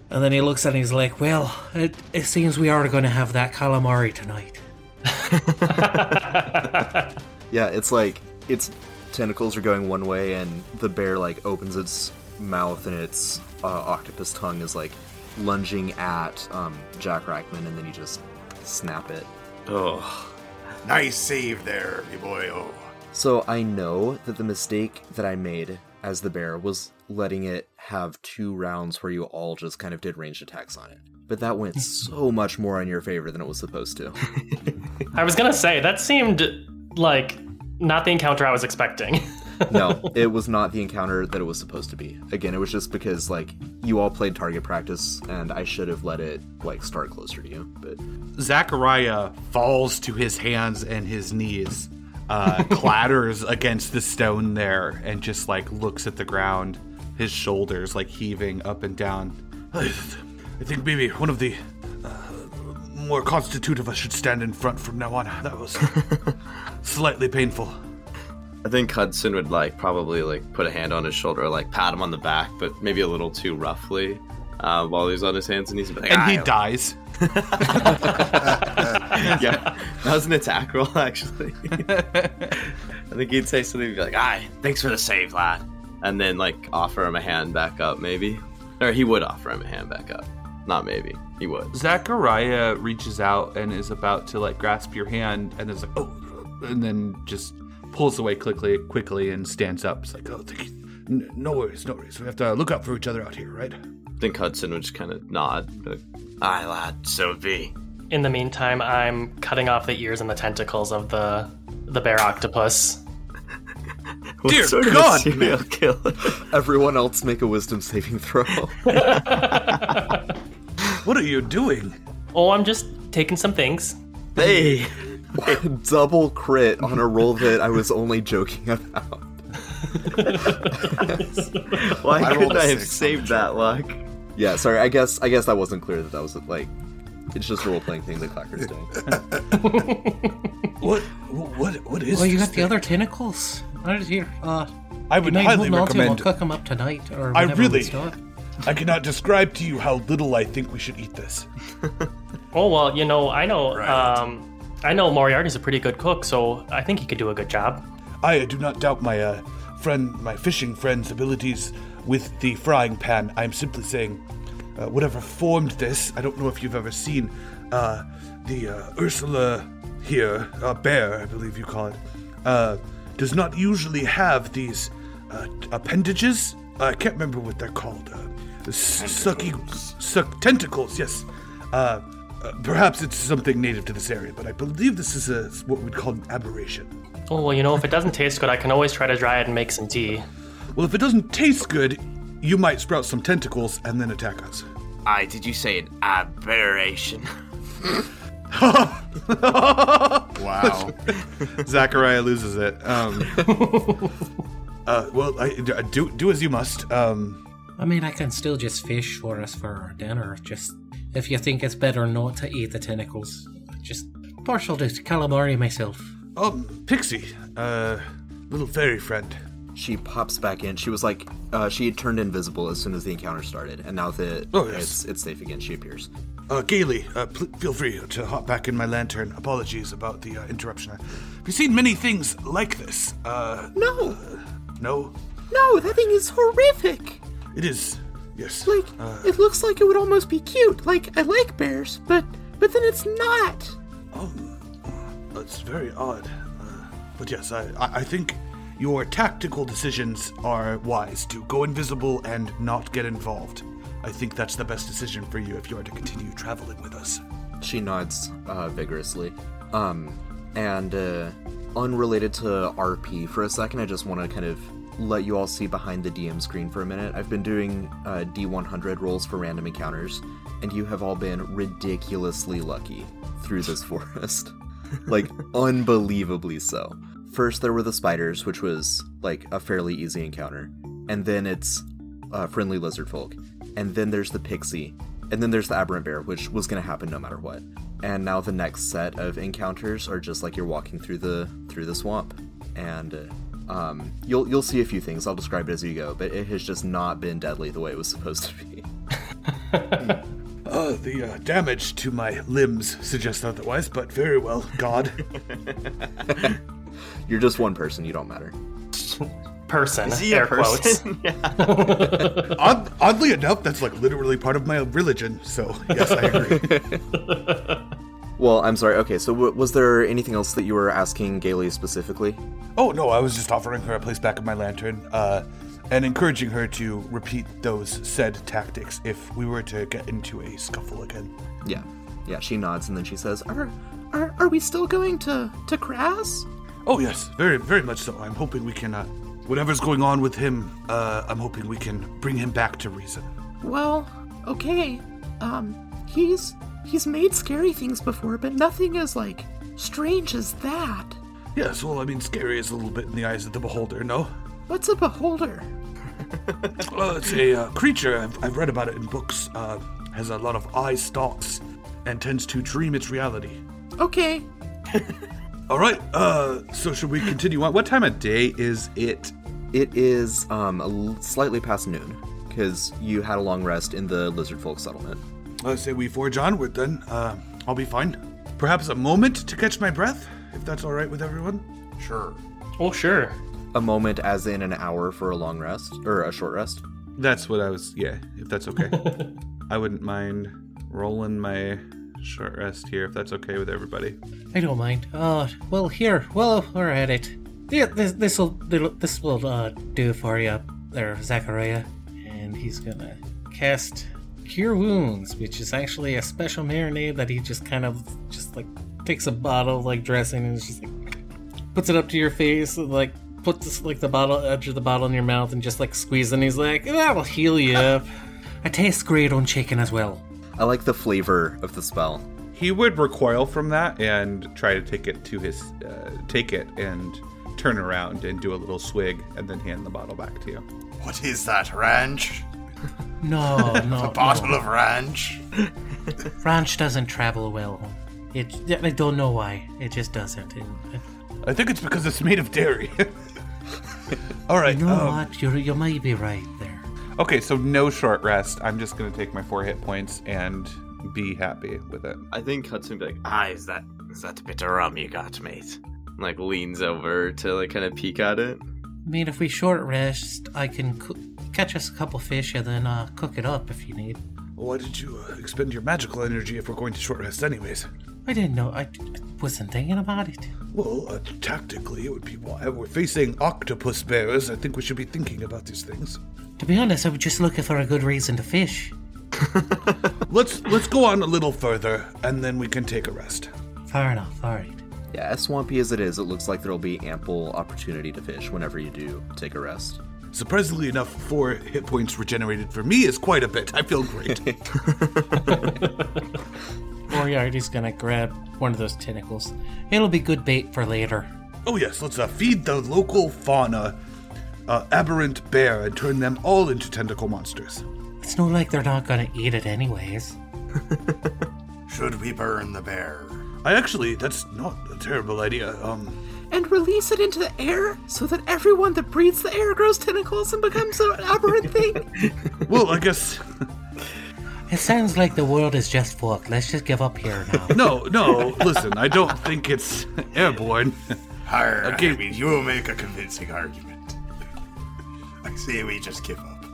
[SPEAKER 5] And then he looks at it and he's like, Well, it, it seems we are going to have that calamari tonight.
[SPEAKER 2] [laughs] Yeah, it's like its tentacles are going one way, and the bear like opens its mouth, and its uh, octopus tongue is like lunging at um, Jack Rackman, and then you just snap it.
[SPEAKER 6] Oh,
[SPEAKER 4] Nice save there, me boy. Oh.
[SPEAKER 2] So I know that the mistake that I made as the bear was letting it have two rounds where you all just kind of did ranged attacks on it. But that went so much more in your favor than it was supposed to.
[SPEAKER 7] I was gonna say that seemed like not the encounter I was expecting. [laughs]
[SPEAKER 2] no, it was not the encounter that it was supposed to be. Again, it was just because like you all played target practice and I should have let it like start closer to you. But
[SPEAKER 3] Zachariah falls to his hands and his knees,
[SPEAKER 6] [laughs]
[SPEAKER 3] uh, clatters against the stone there, and just like looks at the ground, his shoulders like heaving up and down.
[SPEAKER 9] I I think maybe one of the uh, more constitutive of us should stand in front from now on. That [laughs] was slightly painful.
[SPEAKER 6] I think Hudson would like probably like put a hand on his shoulder, or, like pat him on the back, but maybe a little too roughly, uh, while he's on his hands and knees. Like,
[SPEAKER 3] And he
[SPEAKER 6] "Ah,
[SPEAKER 3] dies.
[SPEAKER 6] [laughs] yeah, that was an attack roll actually. I think he'd say something he'd be like, "Aye, thanks for the save, lad," and then like offer him a hand back up, maybe, or he would offer him a hand back up. Not maybe, he would.
[SPEAKER 3] Zachariah reaches out and is about to like grasp your hand, and is like, oh, and then just pulls away quickly, quickly, and stands up. It's like,
[SPEAKER 9] Oh, thank you. N- no worries, no worries. We have to look out for each other out here, right?
[SPEAKER 6] I think Hudson would just kind of nod, be like, "Aye, lad, so be."
[SPEAKER 7] In the meantime, I'm cutting off the ears and the tentacles of the the bear octopus.
[SPEAKER 6] What
[SPEAKER 9] Dear
[SPEAKER 6] sort of a
[SPEAKER 9] God,
[SPEAKER 6] serial killer?
[SPEAKER 2] [laughs] everyone else make a wisdom saving throw.
[SPEAKER 9] [laughs] What are you doing?
[SPEAKER 7] Oh, I'm just taking some things.
[SPEAKER 2] [laughs]
[SPEAKER 6] hey,
[SPEAKER 2] Double crit on a roll that I was only joking
[SPEAKER 4] [laughs]
[SPEAKER 2] about.
[SPEAKER 6] why
[SPEAKER 4] I rolled
[SPEAKER 6] couldn't
[SPEAKER 4] a
[SPEAKER 6] I
[SPEAKER 4] six
[SPEAKER 6] have
[SPEAKER 4] on
[SPEAKER 6] saved that luck?
[SPEAKER 2] Yeah, sorry. I guess I guess that wasn't clear that that was like it's just a role playing thing that Clacker's doing.
[SPEAKER 9] [laughs] What? What? What is?
[SPEAKER 5] Well, Oh, you
[SPEAKER 9] this
[SPEAKER 5] got the
[SPEAKER 9] thing?
[SPEAKER 5] other tentacles. I did hear. Uh,
[SPEAKER 9] I would
[SPEAKER 5] you might
[SPEAKER 9] highly
[SPEAKER 5] hold on to 'em, I'll
[SPEAKER 9] recommend.
[SPEAKER 5] cook them up tonight. Or
[SPEAKER 9] I
[SPEAKER 5] whenever we
[SPEAKER 9] really-
[SPEAKER 5] start.
[SPEAKER 9] I cannot describe to you how little I think we should eat this.
[SPEAKER 7] Oh well, you know, I know,
[SPEAKER 4] Right.
[SPEAKER 7] um, I know Moriarty's a pretty good cook, so I think he could do a good job.
[SPEAKER 9] I do not doubt my uh, friend, my fishing friend's abilities with the frying pan. I'm simply saying, uh, whatever formed this, I don't know if you've ever seen uh, the uh, Ursula here, uh, bear, I believe you call it, uh, does not usually have these uh, appendages. I can't remember what they're called. Uh, s- sucky, suck tentacles. Yes. Uh, uh, perhaps it's something native to this area, but I believe this is a, what we'd call an aberration.
[SPEAKER 7] Oh well, you know, if it doesn't taste good, I can always try to dry it and make some tea.
[SPEAKER 9] Well, if it doesn't taste good, you might sprout some tentacles and then attack us.
[SPEAKER 6] Aye, did you say an
[SPEAKER 10] [laughs]
[SPEAKER 6] aberration?
[SPEAKER 9] [laughs]
[SPEAKER 4] Wow.
[SPEAKER 3] Zachariah loses it. Um,
[SPEAKER 9] Uh, well, I, d- do do as you must. Um,
[SPEAKER 5] I mean, I can still just fish for us for our dinner. Just if you think it's better not to eat the tentacles, just partial to calamari myself.
[SPEAKER 9] um, Pixie, uh, little fairy friend.
[SPEAKER 2] She pops back in. She was like, uh, she had turned invisible as soon as the encounter started, and now that
[SPEAKER 9] Oh, yes.
[SPEAKER 2] it's it's safe again, she appears.
[SPEAKER 9] Uh, gaily, uh, pl- feel free to hop back in my lantern. Apologies about the uh, interruption. Have you seen many things like this? Uh,
[SPEAKER 2] No,
[SPEAKER 9] no,
[SPEAKER 2] no, that thing is horrific.
[SPEAKER 9] it is. Yes. Uh,
[SPEAKER 8] Like, it looks like it would almost be cute. Like, I like bears, but but then it's not.
[SPEAKER 9] It's very odd. Uh, but yes, I, I I think your tactical decisions are wise to go invisible and not get involved. I think that's the best decision for you if you are to continue traveling with us.
[SPEAKER 2] She nods uh, vigorously. Um, and uh, unrelated to RP for a second, I just want to kind of let you all see behind the DM screen for a minute. I've been doing uh, D100 rolls for random encounters, and you have all been ridiculously lucky through this [laughs] forest. like, unbelievably so. First, there were the spiders, which was like a fairly easy encounter. And then it's uh, friendly lizard folk. And then there's the pixie, And then there's the aberrant bear, which was going to happen no matter what. And now the next set of encounters are just like you're walking through the through the swamp, and uh, um, you'll you'll see a few things. I'll describe it as you go, but it has just not been deadly the way it was supposed to be.
[SPEAKER 9] [laughs] Uh, the uh, damage to my limbs suggests otherwise, but very well, God.
[SPEAKER 2] You're just one person. You don't matter.
[SPEAKER 7] [laughs] Person,
[SPEAKER 6] Is he a
[SPEAKER 7] air quotes. [laughs]
[SPEAKER 6] person? [laughs]
[SPEAKER 9] Odd, oddly enough, that's like literally part of my religion, so yes, I agree.
[SPEAKER 7] [laughs]
[SPEAKER 2] Well, I'm sorry. Okay, so w- was there anything else that you were asking Gailey specifically?
[SPEAKER 9] Oh no, I was just offering her a place back of my lantern, uh, and encouraging her to repeat those said tactics if we were to get into a scuffle again.
[SPEAKER 2] Yeah, yeah. She nods and then she says,
[SPEAKER 8] Are, are, are we still going to, to Crass?
[SPEAKER 9] Oh yes, very, very much so. I'm hoping we can, uh, whatever's going on with him, uh, I'm hoping we can bring him back to reason.
[SPEAKER 8] Well, okay. Um, he's he's made scary things before, but nothing as like strange as that.
[SPEAKER 9] Yes, well, I mean, scary is a little bit in the eyes of the beholder, no?
[SPEAKER 8] What's a beholder?
[SPEAKER 9] Well, it's a uh, creature. I've, I've read about it in books. Uh, has a lot of eye stalks and tends to dream its reality.
[SPEAKER 8] Okay,
[SPEAKER 9] All right. Uh, so should we continue on?
[SPEAKER 3] What time of day is it?
[SPEAKER 2] It is um, a l- slightly past noon because you had a long rest in the lizard folk settlement.
[SPEAKER 9] I say we forge onward then. Uh, I'll be fine. Perhaps a moment to catch my breath, if that's all right with everyone.
[SPEAKER 4] Sure.
[SPEAKER 7] Oh, sure.
[SPEAKER 2] A moment, as in an hour, for a long rest or a short rest.
[SPEAKER 3] That's what I was. Yeah, if that's okay. I wouldn't mind rolling my short rest here if that's okay with everybody.
[SPEAKER 5] I don't mind. Oh, well, here. Well, we're at it. Yeah, this this'll this will uh, do for you, there, Zachariah. And he's gonna cast Cure Wounds, which is actually a special marinade that he just kind of just like takes a bottle of, like dressing and just like puts it up to your face and like puts like the bottle edge of the bottle in your mouth and just like squeeze it. And he's like, that'll heal you up. I taste great on chicken as well.
[SPEAKER 2] I like the flavor of the spell.
[SPEAKER 3] He would recoil from that and try to take it to his, uh, take it and turn around and do a little swig and then hand the bottle back to you.
[SPEAKER 4] What is that, ranch?
[SPEAKER 5] No, no,
[SPEAKER 9] [laughs]
[SPEAKER 4] A
[SPEAKER 5] no.
[SPEAKER 4] bottle of ranch?
[SPEAKER 5] [laughs] Ranch doesn't travel well. It, I don't know why. It just doesn't. It,
[SPEAKER 9] I think it's because it's made of dairy. [laughs] all right.
[SPEAKER 5] you know
[SPEAKER 9] um,
[SPEAKER 5] what? You're, you might be right there.
[SPEAKER 3] Okay, so no short rest. I'm just gonna take my four hit points and be happy with it.
[SPEAKER 6] I think Hudson would be like, ah, is that is that bit of rum you got, mate? And, like leans over to like kind of peek at it.
[SPEAKER 5] I mean, if we short rest, I can coo- catch us a couple fish and then uh, cook it up if you need.
[SPEAKER 9] Why did you uh, expend your magical energy if we're going to short rest anyways?
[SPEAKER 5] I didn't know. I, I wasn't thinking about it.
[SPEAKER 9] Well, uh, tactically, it would be why we're facing octopus bearers. I think we should be thinking about these things.
[SPEAKER 5] To be honest, I was just looking for a good reason to fish.
[SPEAKER 9] [laughs] Let's let's go on a little further, and then we can take a rest.
[SPEAKER 5] Fair enough. All right.
[SPEAKER 2] Yeah, as swampy as it is, it looks like there'll be ample opportunity to fish whenever you do take a rest.
[SPEAKER 9] Surprisingly enough, four hit points regenerated for me is quite a bit. I feel [laughs] great.
[SPEAKER 5] Moriarty's gonna grab one of those tentacles. It'll be good bait for later.
[SPEAKER 9] oh yes, let's uh, feed the local fauna uh, aberrant bear and turn them all into tentacle monsters.
[SPEAKER 5] It's not like they're not gonna eat it anyways.
[SPEAKER 4] Should we burn the bear?
[SPEAKER 9] I actually, that's not a terrible idea. Um,
[SPEAKER 8] and release it into the air so that everyone that breathes the air grows tentacles and becomes an aberrant thing.
[SPEAKER 9] well, I guess
[SPEAKER 5] It sounds like the world is just fucked. Let's just give up here now.
[SPEAKER 9] no,
[SPEAKER 4] [laughs]
[SPEAKER 9] no. Listen, I don't think it's [laughs] airborne.
[SPEAKER 4] Arr,
[SPEAKER 9] Okay.
[SPEAKER 4] I mean, you make a convincing argument. [laughs] I say we just give up.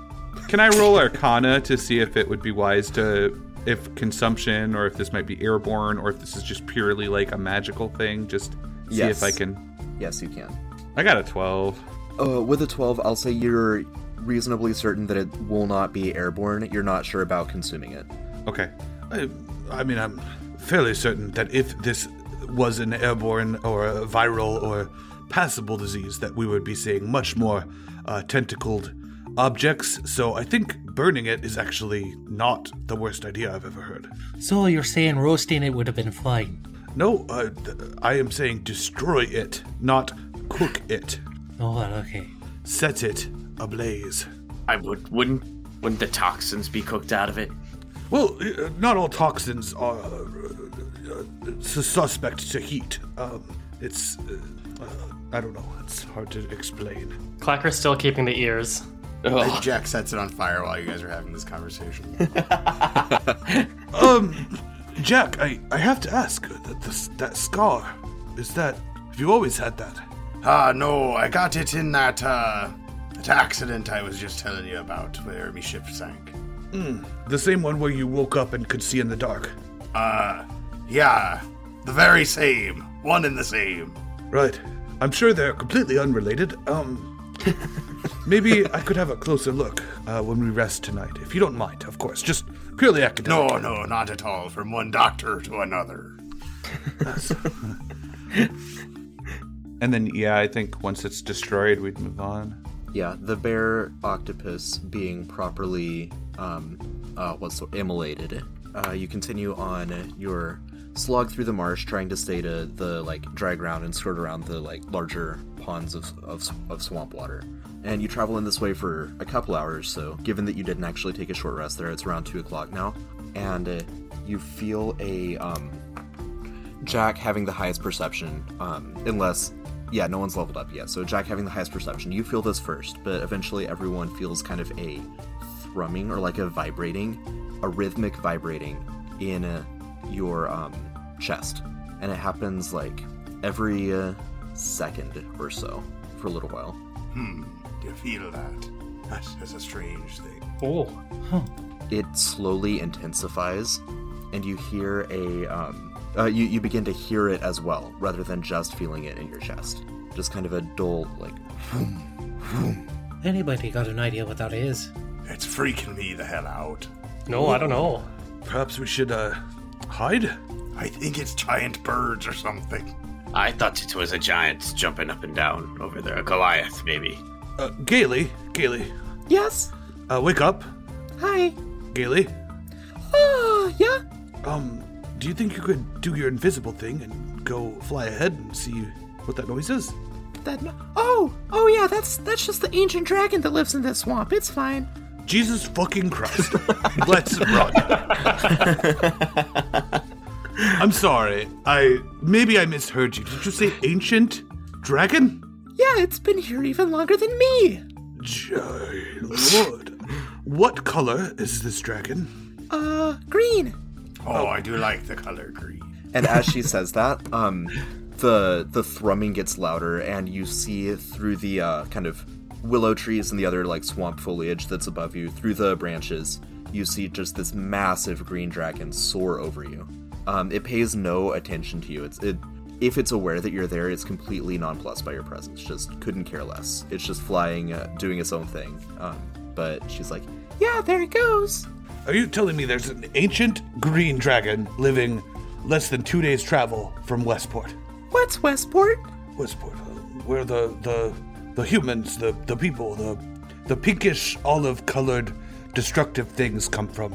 [SPEAKER 3] Can I roll Arcana to see if it would be wise to, if consumption or if this might be airborne or if this is just purely like a magical thing? Just see
[SPEAKER 2] Yes.
[SPEAKER 3] if I can.
[SPEAKER 2] Yes, you can.
[SPEAKER 3] I got a 12.
[SPEAKER 2] Uh, with a 12, I'll say you're reasonably certain that it will not be airborne. You're not sure about consuming it.
[SPEAKER 3] Okay.
[SPEAKER 9] I, I mean, I'm fairly certain that if this was an airborne or a viral or passable disease, that we would be seeing much more uh, tentacled objects. So I think burning it is actually not the worst idea I've ever heard.
[SPEAKER 5] So you're saying roasting it would have been fine?
[SPEAKER 9] No, uh, th- I am saying destroy it, not cook it.
[SPEAKER 5] Oh, well, okay.
[SPEAKER 9] Set it ablaze.
[SPEAKER 6] I would wouldn't wouldn't the toxins be cooked out of it?
[SPEAKER 9] Well, uh, not all toxins are uh, uh, sus- suspect to heat. Um, it's. Uh, uh, I don't know. It's hard to
[SPEAKER 7] [laughs]
[SPEAKER 9] explain.
[SPEAKER 7] Clacker's still keeping the ears.
[SPEAKER 4] And Jack sets it on fire while you guys are having this conversation.
[SPEAKER 9] Um, Jack, I, I have to ask uh, that the, that scar is that have you always had that?
[SPEAKER 4] Ah, no, I got it in that, uh, that accident I was just telling you about where my ship sank.
[SPEAKER 9] The same one where you woke up and could see in the dark.
[SPEAKER 4] Uh, yeah, the very same. One and the same.
[SPEAKER 9] Right. I'm sure they're completely unrelated. Um, maybe I could have a closer look uh, when we rest tonight, if you don't mind, of course. Just purely academic.
[SPEAKER 4] No, no, not at all. From one doctor to another.
[SPEAKER 3] And then, yeah, I think once it's destroyed, we'd move on.
[SPEAKER 2] Yeah, the bear octopus being properly um, uh, what's the- immolated. Uh, you continue on your slog through the marsh, trying to stay to the like dry ground and skirt around the like larger ponds of, of, of swamp water. And you travel in this way for a couple hours. So, given that you didn't actually take a short rest there, it's around two o'clock now, and uh, you feel a um, Jack having the highest perception, um, unless, yeah, no one's leveled up yet. So Jack having the highest perception, you feel this first, but eventually everyone feels kind of a thrumming or like a vibrating, a rhythmic vibrating in uh, your um, chest, and it happens like every uh, second or so for a little while.
[SPEAKER 4] Hmm, Do you feel that? That's, that's a strange thing.
[SPEAKER 7] Oh,
[SPEAKER 2] it slowly intensifies and you hear a um, uh, you, you begin to hear it as well rather than just feeling it in your chest just kind of a dull like
[SPEAKER 5] Anybody got an idea what that is?
[SPEAKER 4] It's freaking me the hell out.
[SPEAKER 7] no, I don't know.
[SPEAKER 9] Perhaps we should uh, hide.
[SPEAKER 4] I think it's giant birds or something.
[SPEAKER 10] I thought it was a giant jumping up and down over there, a Goliath maybe.
[SPEAKER 9] [laughs] Uh, Gaily, Gaily,
[SPEAKER 8] Yes.
[SPEAKER 9] uh, wake up,
[SPEAKER 8] Hi.
[SPEAKER 9] Gaily.
[SPEAKER 8] Oh, yeah.
[SPEAKER 9] Um, do you think you could do your invisible thing and go fly ahead and see what that noise is?
[SPEAKER 8] That. Oh, oh yeah. That's that's just the ancient dragon that lives in this swamp. It's fine.
[SPEAKER 9] Jesus fucking Christ! Let's run. I'm sorry. I maybe I misheard you. Did you say ancient dragon?
[SPEAKER 8] Yeah, it's been here even longer than me.
[SPEAKER 9] Jai Lord. What color is this dragon?
[SPEAKER 8] Uh, green.
[SPEAKER 4] Oh, I do like the color green.
[SPEAKER 2] and as she says that um the the thrumming gets louder and you see through the uh, kind of willow trees and the other like swamp foliage that's above you through the branches you see just this massive green dragon soar over you um, it pays no attention to you it's it if it's aware that you're there it's completely nonplussed by your presence just couldn't care less it's just flying uh, doing its own thing um, but she's like
[SPEAKER 8] Yeah, there it goes.
[SPEAKER 9] Are you telling me there's an ancient green dragon living less than two days' travel from Westport?
[SPEAKER 8] What's Westport?
[SPEAKER 9] Westport, uh, where the the the humans, the the people, the the pinkish olive-colored destructive things come from.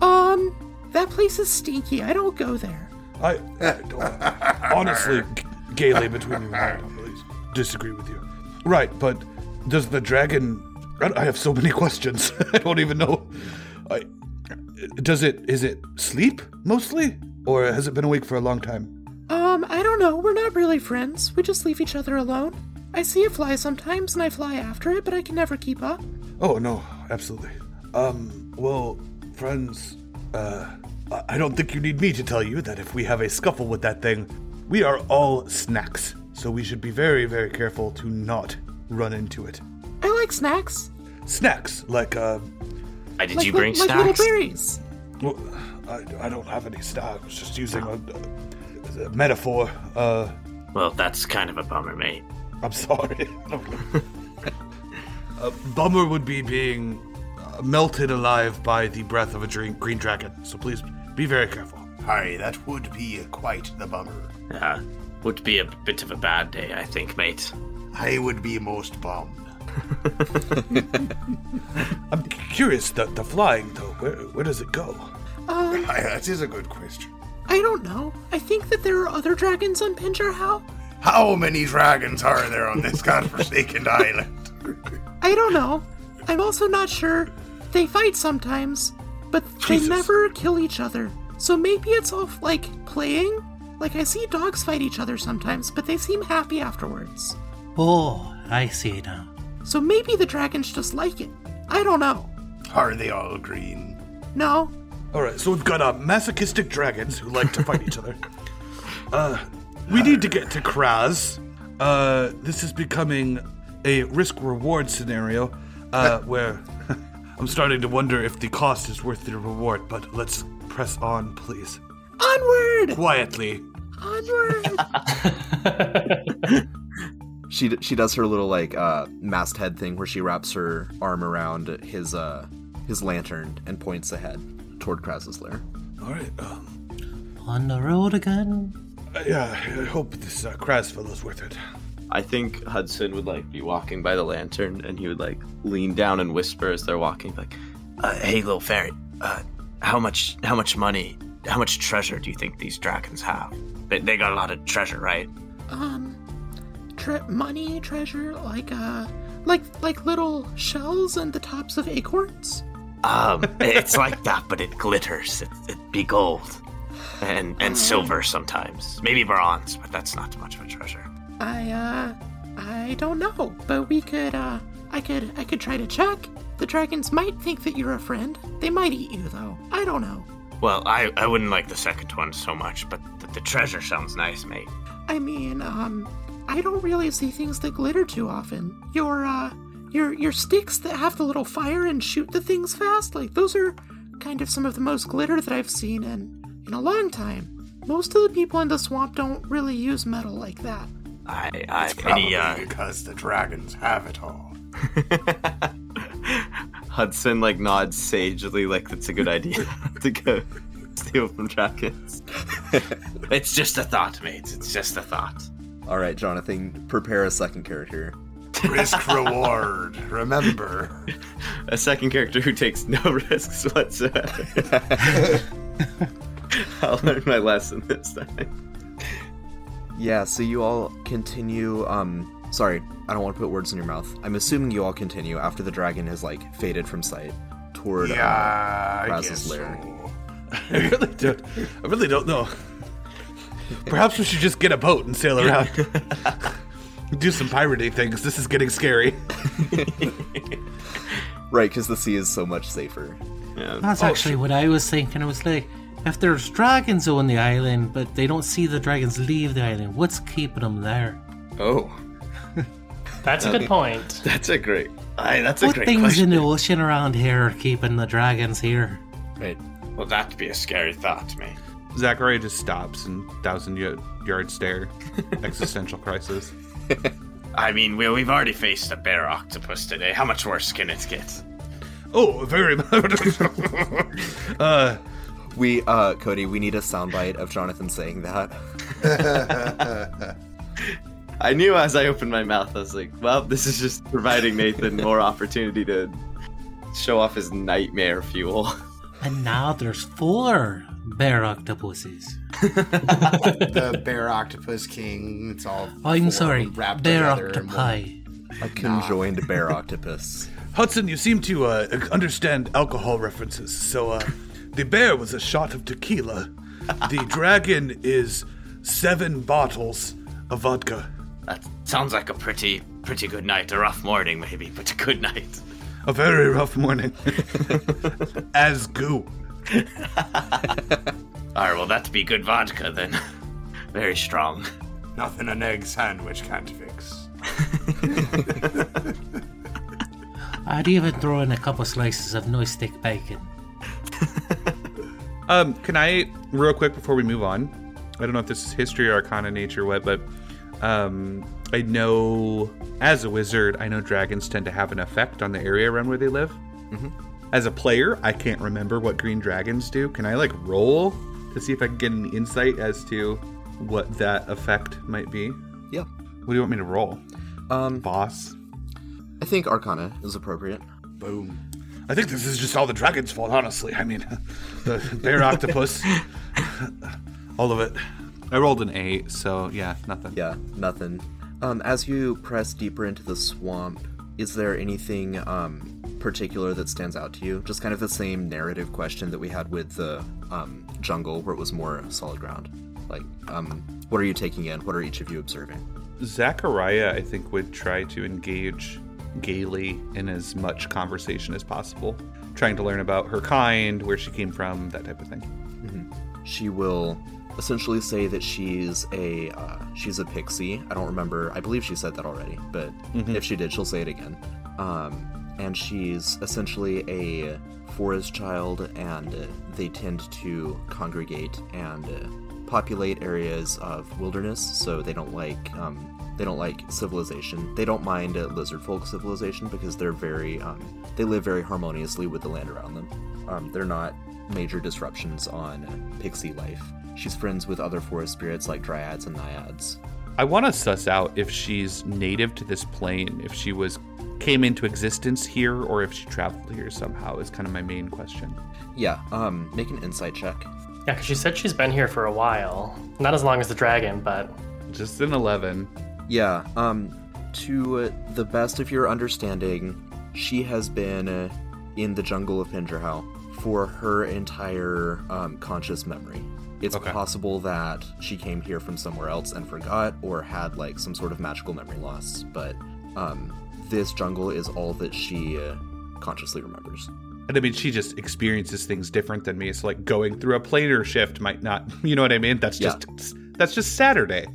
[SPEAKER 8] Um, that place is stinky. I don't go there.
[SPEAKER 9] I, I don't- honestly, g- gaily between you and I, I don't really disagree with you. Right, but does the dragon? I don't- I have so many [laughs] questions. I don't even know. I, does it? Is it sleep mostly, or has it been awake for a long time?
[SPEAKER 8] Um, I don't know. We're not really friends. We just leave each other alone. I see it fly sometimes, and I fly after it, but I can never keep up.
[SPEAKER 9] Oh no, absolutely. Um, well, friends, uh, I- I don't think you need me to tell you that if we have a scuffle with that thing, we are all snacks. So we should be very, very careful to not run into it.
[SPEAKER 8] I like snacks.
[SPEAKER 9] snacks like uh
[SPEAKER 10] I did
[SPEAKER 8] Like
[SPEAKER 10] you
[SPEAKER 8] li-
[SPEAKER 10] bring
[SPEAKER 8] like little
[SPEAKER 10] snacks?
[SPEAKER 8] berries.
[SPEAKER 9] well, I, I don't have any stock i was just using
[SPEAKER 8] Oh.
[SPEAKER 9] a, a metaphor uh
[SPEAKER 10] Well, that's kind of a bummer, mate.
[SPEAKER 9] i'm sorry [laughs]
[SPEAKER 10] [laughs]
[SPEAKER 9] a bummer would be being uh, melted alive by the breath of a drink, green dragon so please be very careful
[SPEAKER 4] Hi, that would be quite the bummer.
[SPEAKER 10] Yeah. Uh, Would be a bit of a bad day, I think, mate.
[SPEAKER 4] I would be most bummed.
[SPEAKER 9] [laughs] i'm curious the, the flying though where, where does it go [laughs]
[SPEAKER 8] Um,
[SPEAKER 4] Hi, [laughs] that is a good question.
[SPEAKER 8] I don't know. I think that there are other dragons on Pinjarhau.
[SPEAKER 4] How many dragons are there on this [laughs] godforsaken island?
[SPEAKER 8] I don't know. I'm also not sure. They fight sometimes. But
[SPEAKER 10] Jesus.
[SPEAKER 8] they never kill each other. So maybe it's all like playing. Like I see dogs fight each other sometimes, but they seem happy afterwards.
[SPEAKER 5] Oh, I see now.
[SPEAKER 8] So maybe the dragons just like it. I don't know.
[SPEAKER 4] Are they all green?
[SPEAKER 8] No,
[SPEAKER 9] All right, so we've got uh, masochistic dragons who like to fight each other. Uh, we need to get to Kraz. Uh, this is becoming a risk-reward scenario uh, where [laughs] I'm starting to wonder if the cost is worth the reward. But let's press on, please,
[SPEAKER 8] onward,
[SPEAKER 9] quietly.
[SPEAKER 8] onward.
[SPEAKER 2] She d- she does her little like uh, masthead thing where she wraps her arm around his uh, his lantern and points ahead toward Kraz's lair.
[SPEAKER 9] All right. Um, Uh,
[SPEAKER 5] On the road again.
[SPEAKER 9] yeah, I hope this uh, Kraz fellow's worth it.
[SPEAKER 6] I think Hudson would like be walking by the lantern, and he would like lean down and whisper as they're walking, like,
[SPEAKER 10] Uh, hey, little ferret. Uh, how much? How much money? How much treasure do you think these dragons have? They, they got a lot of treasure, right?
[SPEAKER 8] um tre- money treasure like uh like like little shells and the tops of acorns
[SPEAKER 10] [laughs] Um, it's like that, but it glitters. It, it'd be gold, and and silver sometimes. Maybe bronze, but that's not much of a treasure.
[SPEAKER 8] i uh i don't know but we could uh i could i could try to check the dragons might think that you're a friend they might eat you though i don't know
[SPEAKER 10] Well, I, I wouldn't like the second one so much, but the, the treasure sounds nice, mate.
[SPEAKER 8] i mean um i don't really see things that glitter too often your uh your your sticks that have the little fire and shoot the things fast like those are kind of some of the most glitter that I've seen in in a long time. Most of the people in the swamp don't really use metal like that.
[SPEAKER 10] I, I
[SPEAKER 4] Probably
[SPEAKER 10] any uh,
[SPEAKER 4] because the dragons have it all.
[SPEAKER 6] Hudson like nods sagely, like that's a good idea [laughs] to go steal from [laughs] dragons.
[SPEAKER 10] it's just a thought, mate. It's just a thought.
[SPEAKER 2] All right, Jonathan, prepare a second character.
[SPEAKER 4] Risk reward. Remember.
[SPEAKER 6] A second character who takes no [laughs] risks whatsoever. [laughs] I'll learn my lesson this time.
[SPEAKER 2] Yeah, so you all continue. Um, sorry, I don't want to put words in your mouth. I'm assuming you all continue after the dragon has like faded from sight toward.
[SPEAKER 4] Yeah, I
[SPEAKER 2] Raz's
[SPEAKER 4] guess
[SPEAKER 2] lair.
[SPEAKER 4] so. [laughs]
[SPEAKER 9] I [laughs] really don't. I really don't know. Perhaps we should just get a boat and sail around. Do some piratey things. This is getting scary.
[SPEAKER 2] Uh, right, because the sea is so much safer.
[SPEAKER 6] Yeah.
[SPEAKER 9] Oh,
[SPEAKER 5] That's actually what I was thinking. I was like, if there's dragons on the island, but they don't see the dragons leave the island, what's keeping them there?
[SPEAKER 6] Oh,
[SPEAKER 7] That's a good point.
[SPEAKER 6] [laughs] that's a great. Aye, that's a
[SPEAKER 5] What
[SPEAKER 6] great
[SPEAKER 5] things
[SPEAKER 6] question.
[SPEAKER 5] in the ocean around here are keeping the dragons here?
[SPEAKER 10] Wait, well, that'd be a scary thought, mate.
[SPEAKER 3] Zachariah just stops and thousand y- yard
[SPEAKER 2] [laughs]
[SPEAKER 3] stare, existential crisis.
[SPEAKER 10] I mean, we, we've already faced a bear octopus today. How much worse can it get?
[SPEAKER 9] Oh, very [laughs] much. uh,
[SPEAKER 2] We, uh, Cody, we need a soundbite of Jonathan saying that.
[SPEAKER 6] I knew as I opened my mouth, I was like, well, this is just providing Nathan more opportunity to show off his nightmare fuel.
[SPEAKER 5] And now there's four bear octopuses.
[SPEAKER 4] the bear octopus king. It's [laughs] all.
[SPEAKER 5] I'm
[SPEAKER 4] four
[SPEAKER 5] sorry,
[SPEAKER 4] wrapped
[SPEAKER 5] bear
[SPEAKER 4] together in one.
[SPEAKER 5] octopi.
[SPEAKER 2] A conjoined bear octopus.
[SPEAKER 9] Hudson, you seem to uh, understand alcohol references. So, uh, the bear was a shot of tequila. The dragon is seven bottles of vodka.
[SPEAKER 10] That sounds like a pretty, pretty good night. A rough morning, maybe, but a good night.
[SPEAKER 9] A very rough morning. As goo.
[SPEAKER 10] Alright, well, that'd be good vodka then. [laughs] Very strong.
[SPEAKER 4] Nothing an egg sandwich can't fix. [laughs]
[SPEAKER 5] I'd even throw in a couple slices of no stick bacon.
[SPEAKER 3] Um, can I real quick before we move on? I don't know if this is history or arcana nature, or what, but um, I know as a wizard, I know dragons tend to have an effect on the area around where they live.
[SPEAKER 4] Mm-hmm.
[SPEAKER 3] As a player, I can't remember what green dragons do. Can I like roll to see if I can get an insight as to what that effect might be? What
[SPEAKER 2] yeah.
[SPEAKER 3] do you want me to roll,
[SPEAKER 2] Um,
[SPEAKER 3] boss?
[SPEAKER 2] I think Arcana is appropriate.
[SPEAKER 4] Boom.
[SPEAKER 9] I think this is just all the dragon's fault, honestly. I mean, [laughs] the bear octopus, all of it.
[SPEAKER 3] I rolled an eight, so yeah, nothing.
[SPEAKER 2] Yeah, nothing. Um, as you press deeper into the swamp, is there anything um, particular that stands out to you? Just kind of the same narrative question that we had with the um, jungle, where it was more solid ground. Like, um, what are you taking in? What are each of you observing?
[SPEAKER 3] Zachariah, I think, would try to engage gaily in as much conversation as possible, trying to learn about her kind, where she came from, that type of thing.
[SPEAKER 9] Mm-hmm.
[SPEAKER 2] She will essentially say that she's a uh, she's a pixie. I don't remember. I believe she said that already, but if she did, she'll say it again. Um, and she's essentially a forest child, and uh, they tend to congregate and uh, populate areas of wilderness. So they don't like um, they don't like civilization. They don't mind uh, lizard folk civilization because they're very um, they live very harmoniously with the land around them. Um, they're not major disruptions on pixie life. She's friends with other forest spirits like dryads and naiads.
[SPEAKER 3] I want to suss out if she's native to this plane, if she was came into existence here, or if she traveled here somehow. Is kind of my main question.
[SPEAKER 2] Yeah, um, make an insight check.
[SPEAKER 7] Yeah, because she said she's been here for a while. Not as long as the dragon, but
[SPEAKER 3] Just an eleven.
[SPEAKER 2] Yeah, um, to uh, the best of your understanding, she has been uh, in the jungle of Pingerhell for her entire um, conscious memory. It's
[SPEAKER 3] Okay.
[SPEAKER 2] possible that she came here from somewhere else and forgot, or had like some sort of magical memory loss. But um, this jungle is all that she uh, consciously remembers.
[SPEAKER 3] And I mean, she just experiences things different than me. So like going through a planar shift might not, [laughs] you know what I mean? That's
[SPEAKER 2] Yeah.
[SPEAKER 3] just that's just Saturday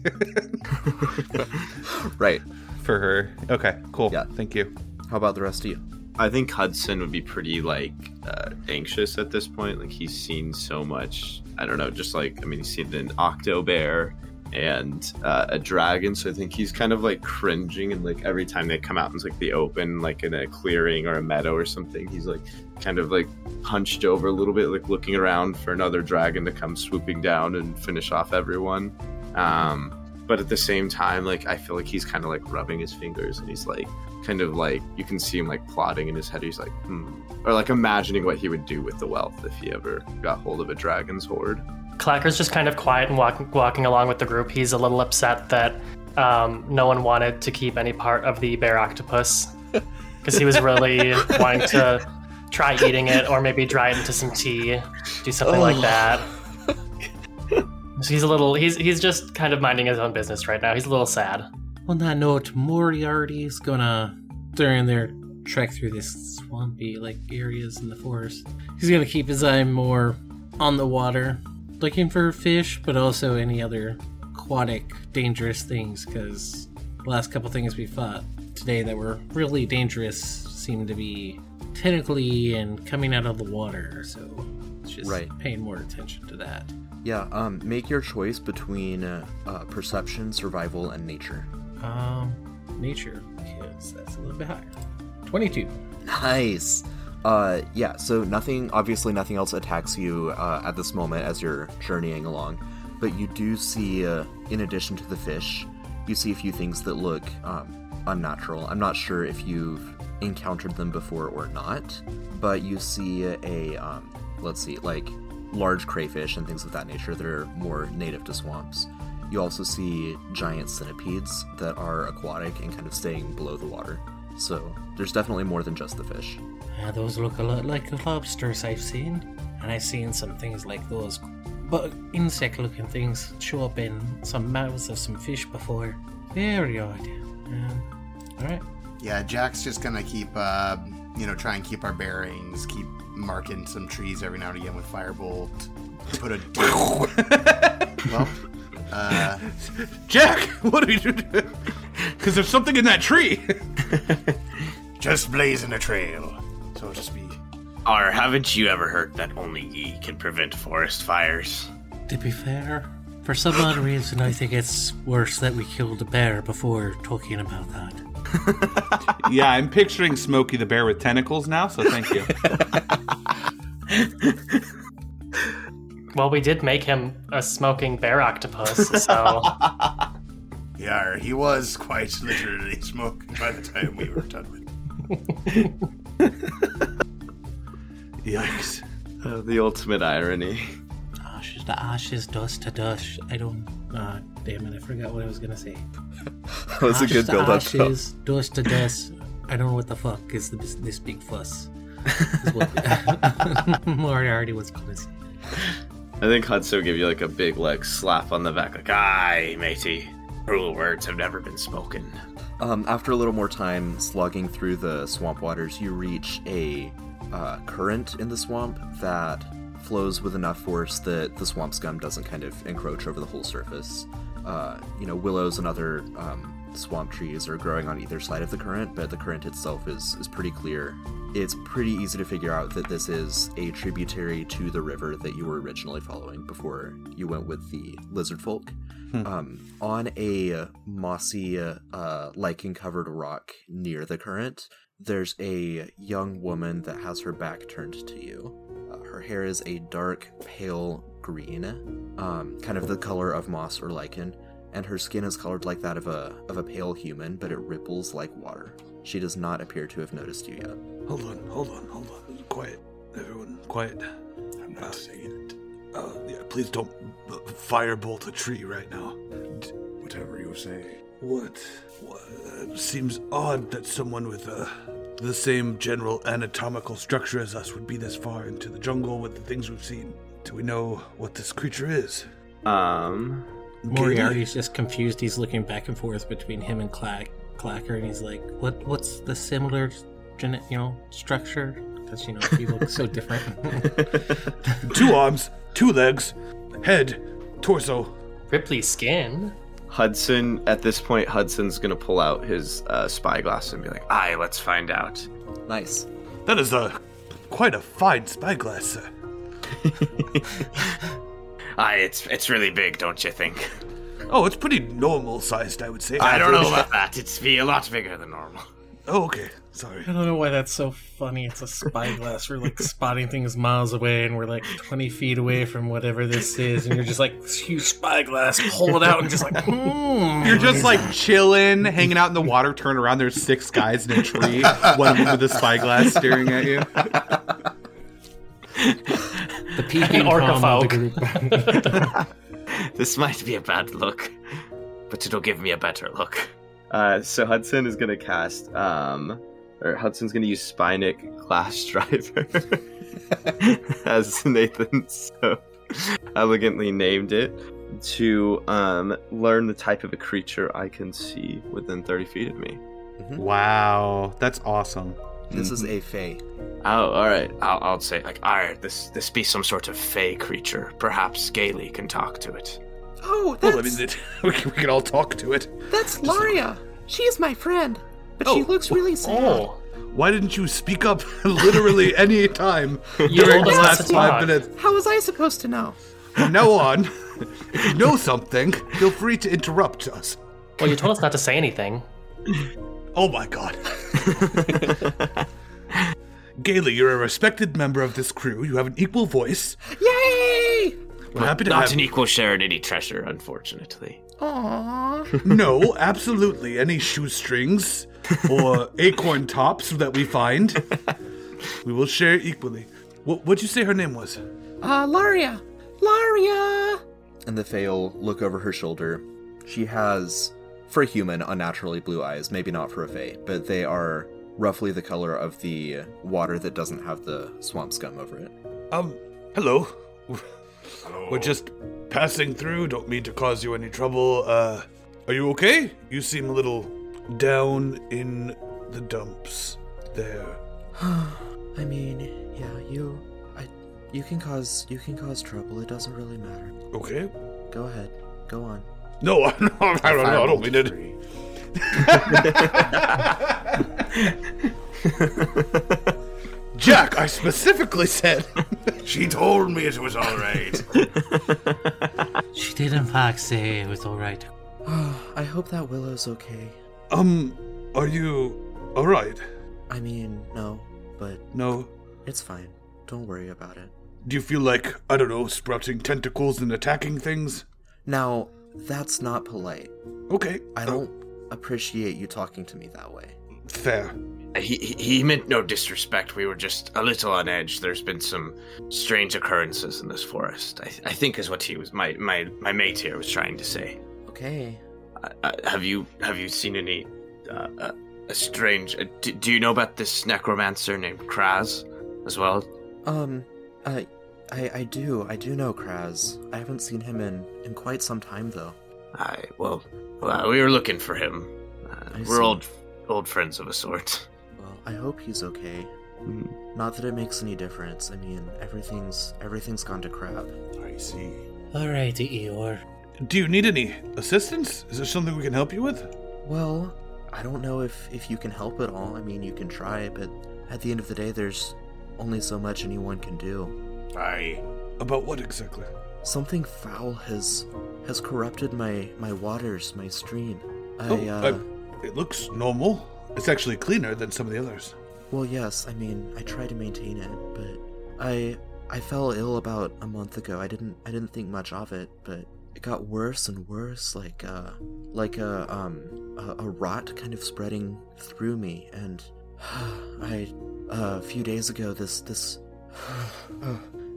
[SPEAKER 2] Right.
[SPEAKER 3] for her. Okay, cool.
[SPEAKER 2] Yeah.
[SPEAKER 3] Thank you.
[SPEAKER 2] How about the rest of you?
[SPEAKER 6] I think Hudson would be pretty like uh, anxious at this point. Like he's seen so much. I don't know, just like I mean, he's seen an octo bear and uh, a dragon. So I think he's kind of like cringing and like every time they come out into like the open, like in a clearing or a meadow or something, he's like kind of like hunched over a little bit, like looking around for another dragon to come swooping down and finish off everyone. Um, but at the same time, like I feel like he's kind of like rubbing his fingers and he's like kind of like you can see him like plotting in his head. He's like, hmm. or like imagining what he would do with the wealth if he ever got hold of a dragon's hoard.
[SPEAKER 7] Clacker's just kind of quiet and walk, walking along with the group. He's a little upset that um, no one wanted to keep any part of the bear octopus because he was really wanting to try eating it or maybe dry it into some tea, do something like that. So he's a little he's he's just kind of minding his own business right now. He's a little sad.
[SPEAKER 5] On that note, Moriarty's gonna during their trek through this swampy like areas in the forest. He's gonna keep his eye more on the water, looking for fish, but also any other aquatic dangerous things. Because the last couple things we fought today that were really dangerous seemed to be tentacly and coming out of the water. So it's just
[SPEAKER 2] Right.
[SPEAKER 5] paying more attention to that.
[SPEAKER 2] Yeah, um, make your choice between uh, uh, perception, survival, and nature.
[SPEAKER 5] Um, nature kids. That's a little bit higher. Twenty-two.
[SPEAKER 2] Nice. Uh, yeah, so nothing, obviously, nothing else attacks you uh, at this moment as you're journeying along. But you do see, uh, in addition to the fish, you see a few things that look um, unnatural. I'm not sure if you've encountered them before or not, but you see a, um, let's see, like large crayfish and things of that nature that are more native to swamps. You also see giant centipedes that are aquatic and kind of staying below the water. So there's definitely more than just the fish.
[SPEAKER 5] Yeah, those look a lot like the lobsters I've seen. And I've seen some things like those but insect looking things show up in some mouths of some fish before. Very odd. Um, Alright.
[SPEAKER 4] Yeah, Jack's just gonna keep, uh, you know, try and keep our bearings, keep marking some trees every now and again with firebolt. Put [laughs] a. well, uh,
[SPEAKER 9] Jack, what are you doing? Because there's something in that tree.
[SPEAKER 4] just blazing a trail. So it'll just be.
[SPEAKER 10] Or haven't you ever heard that only ye can prevent forest fires?
[SPEAKER 5] To be fair, for some odd reason, I think it's worse that we killed a bear before talking about that.
[SPEAKER 3] yeah, I'm picturing Smokey the Bear with tentacles now, so thank you.
[SPEAKER 7] Well, we did make him a smoking bear octopus, so
[SPEAKER 4] [laughs] Yeah, he was quite literally smoking by the time we were done with. him.
[SPEAKER 9] Yikes.
[SPEAKER 6] [laughs] Uh, the ultimate irony.
[SPEAKER 5] Ashes to ashes, dust to dust. I don't. Uh, damn it, I forgot what I was gonna say.
[SPEAKER 2] [laughs] That was a
[SPEAKER 5] Ashes
[SPEAKER 2] good
[SPEAKER 5] to
[SPEAKER 2] build up.
[SPEAKER 5] Ashes, dust to dust. I don't know what the fuck is the, this big
[SPEAKER 2] [laughs]
[SPEAKER 5] fuss. Is what [laughs] Moriarty was calling. it.
[SPEAKER 6] I think Hudson will give you like a big like slap on the back, like "Aye, matey." Cruel words have never been spoken.
[SPEAKER 2] Um, after a little more time slogging through the swamp waters, you reach a uh, current in the swamp that flows with enough force that the swamp scum doesn't kind of encroach over the whole surface. Uh, you know, willows and other um, swamp trees are growing on either side of the current, but the current itself is, is pretty clear. It's pretty easy to figure out that this is a tributary to the river that you were originally following before you went with the lizard folk um, on a mossy, uh, lichen covered rock near the current, there's a young woman that has her back turned to you. Uh, her hair is a dark, pale green, um, kind of the color of moss or lichen, and her skin is colored like that of a, of a pale human, but it ripples like water. She does not appear to have noticed you yet.
[SPEAKER 9] Hold on, hold on, hold on. Quiet, everyone. Quiet. I'm not saying it. Uh, yeah, please don't uh, firebolt a tree right now. D-
[SPEAKER 4] Whatever you say.
[SPEAKER 9] What? what uh, seems odd that someone with uh, the same general anatomical structure as us would be this far into the jungle with the things we've seen. Do we know what this creature is?
[SPEAKER 6] Um,
[SPEAKER 5] Moriarty's just confused. He's looking back and forth between him and Clack, Clacker, and he's like, "What? What's the similar, gene- you know, structure? Because you know, he looks so different."
[SPEAKER 2] [laughs]
[SPEAKER 5] [laughs]
[SPEAKER 9] two arms, two legs, head, torso.
[SPEAKER 7] Ripley's skin.
[SPEAKER 6] Hudson. At this point, Hudson's gonna pull out his uh, spyglass and be like, "Aye, let's find out."
[SPEAKER 2] Nice.
[SPEAKER 9] That is a quite a fine spyglass, sir.
[SPEAKER 10] Aye, Ah, it's it's really big, don't you think?
[SPEAKER 9] Oh, it's pretty normal sized, I would say.
[SPEAKER 10] I don't know about that. It's be a lot bigger than normal. [laughs]
[SPEAKER 9] Oh, okay. Sorry.
[SPEAKER 5] I don't know why that's so funny. It's a spyglass. We're like spotting things miles away, and we're like twenty feet away from whatever this is, and you're just like this huge spyglass, pull it out, and just like, [laughs] hmm.
[SPEAKER 3] You're just like chilling, hanging out in the water. Turn around, there's six guys in a tree, one of them with a spyglass staring at you.
[SPEAKER 5] [laughs] the
[SPEAKER 7] [laughs]
[SPEAKER 5] peeping
[SPEAKER 7] orca
[SPEAKER 5] tom of the
[SPEAKER 7] folk.
[SPEAKER 5] group.
[SPEAKER 7] [laughs]
[SPEAKER 10] This might be a bad look, but it'll give me a better look.
[SPEAKER 6] Uh, so Hudson is gonna cast, um, or Hudson's gonna use Spinic Class [laughs] Driver as Nathan so elegantly named it to um, learn the type of a creature I can see within 30 feet of me.
[SPEAKER 3] Wow, that's awesome.
[SPEAKER 2] This is a fae.
[SPEAKER 6] Oh, all right.
[SPEAKER 10] I'll, I'll say like, "Aye, this this be some sort of fey creature. Perhaps Gaily can talk to it."
[SPEAKER 8] Oh, that's,
[SPEAKER 9] Well, I mean, it, [laughs] we, can, we can all talk to it.
[SPEAKER 8] that's Laria. She's my friend, but she
[SPEAKER 9] Oh,
[SPEAKER 8] looks really sad.
[SPEAKER 7] Oh,
[SPEAKER 9] Why didn't you speak up [laughs]
[SPEAKER 8] [laughs]
[SPEAKER 9] literally any time
[SPEAKER 7] you
[SPEAKER 9] during
[SPEAKER 7] told
[SPEAKER 9] the
[SPEAKER 7] us not to
[SPEAKER 9] last five
[SPEAKER 7] talk.
[SPEAKER 9] minutes?
[SPEAKER 8] How was I supposed to know?
[SPEAKER 9] From now on, if you know something, feel free to interrupt us.
[SPEAKER 7] Well, you told us not to say anything.
[SPEAKER 9] Oh my god. Gaily, you're a respected member of this crew. You have an equal voice.
[SPEAKER 8] Yay!
[SPEAKER 9] We're happy to
[SPEAKER 10] Not
[SPEAKER 9] have
[SPEAKER 10] an equal share in any treasure, unfortunately.
[SPEAKER 9] [laughs]
[SPEAKER 10] [laughs]
[SPEAKER 8] Aww.
[SPEAKER 9] No, absolutely. Any shoestrings or acorn tops that we
[SPEAKER 10] [laughs]
[SPEAKER 9] find, we will share equally. What, what'd you say her name was?
[SPEAKER 8] Uh, Laria. Laria!
[SPEAKER 2] and the Fail look over her shoulder. She has, for a human, unnaturally blue eyes. Maybe not for a Fae, but they are roughly the color of the water that doesn't have the swamp scum over it.
[SPEAKER 9] Um, hello. We're just passing through. Don't mean to cause you any trouble. Uh, are you okay? You seem a little down in the dumps there.
[SPEAKER 2] [gasps] I mean, yeah, you, I, you can cause, you can cause trouble. It doesn't really matter.
[SPEAKER 9] Okay.
[SPEAKER 2] Go ahead, go on.
[SPEAKER 9] No, [laughs] I don't, I don't, know, I don't mean it. Jack, I specifically said.
[SPEAKER 5] [laughs]
[SPEAKER 4] She told me it was all right.
[SPEAKER 5] She did in fact say it was all right.
[SPEAKER 2] [laughs] I hope that Willow's okay.
[SPEAKER 9] Um, are you all right?
[SPEAKER 2] I mean, no, but
[SPEAKER 9] No.
[SPEAKER 2] it's fine. Don't worry about it.
[SPEAKER 9] Do you feel like I don't know, sprouting tentacles and attacking things?
[SPEAKER 2] Now, that's not polite.
[SPEAKER 9] Okay. Oh.
[SPEAKER 2] I don't appreciate you talking to me that way.
[SPEAKER 9] Fair.
[SPEAKER 10] He, he he meant no disrespect. We were just a little on edge. There's been some strange occurrences in this forest. I, I think is what he was my my my mate here was trying to say.
[SPEAKER 2] Okay.
[SPEAKER 10] Uh, have you have you seen any uh, uh, a strange. Uh, do, do you know about this necromancer named Kraz as well?
[SPEAKER 11] Um, I, I, I do, I do know Kraz. I haven't seen him in in quite some time though.
[SPEAKER 10] I well, well we were looking for him. Uh,
[SPEAKER 11] I
[SPEAKER 10] we're
[SPEAKER 11] see.
[SPEAKER 10] old old friends of a sort. [laughs]
[SPEAKER 11] Well, I hope he's okay.
[SPEAKER 9] Hmm.
[SPEAKER 11] Not that it makes any difference. I mean, everything's everything's gone to crap.
[SPEAKER 9] I see.
[SPEAKER 5] Alrighty, Eeyore.
[SPEAKER 9] Do you need any assistance? Is there something we can help you with?
[SPEAKER 11] Well, I don't know if if you can help at all. I mean, you can try, but at the end of the day, there's only so much anyone can do.
[SPEAKER 9] Aye. About what exactly?
[SPEAKER 11] Something foul has has corrupted my my waters, my stream. I
[SPEAKER 9] oh,
[SPEAKER 11] uh,
[SPEAKER 9] I- it looks normal. It's actually cleaner than some of the others.
[SPEAKER 11] Well, yes. I mean, I try to maintain it, but I I fell ill about a month ago. I didn't I didn't think much of it, but it got worse and worse, like uh like a um a, a rot kind of spreading through me, and [sighs] I uh, a few days ago this this.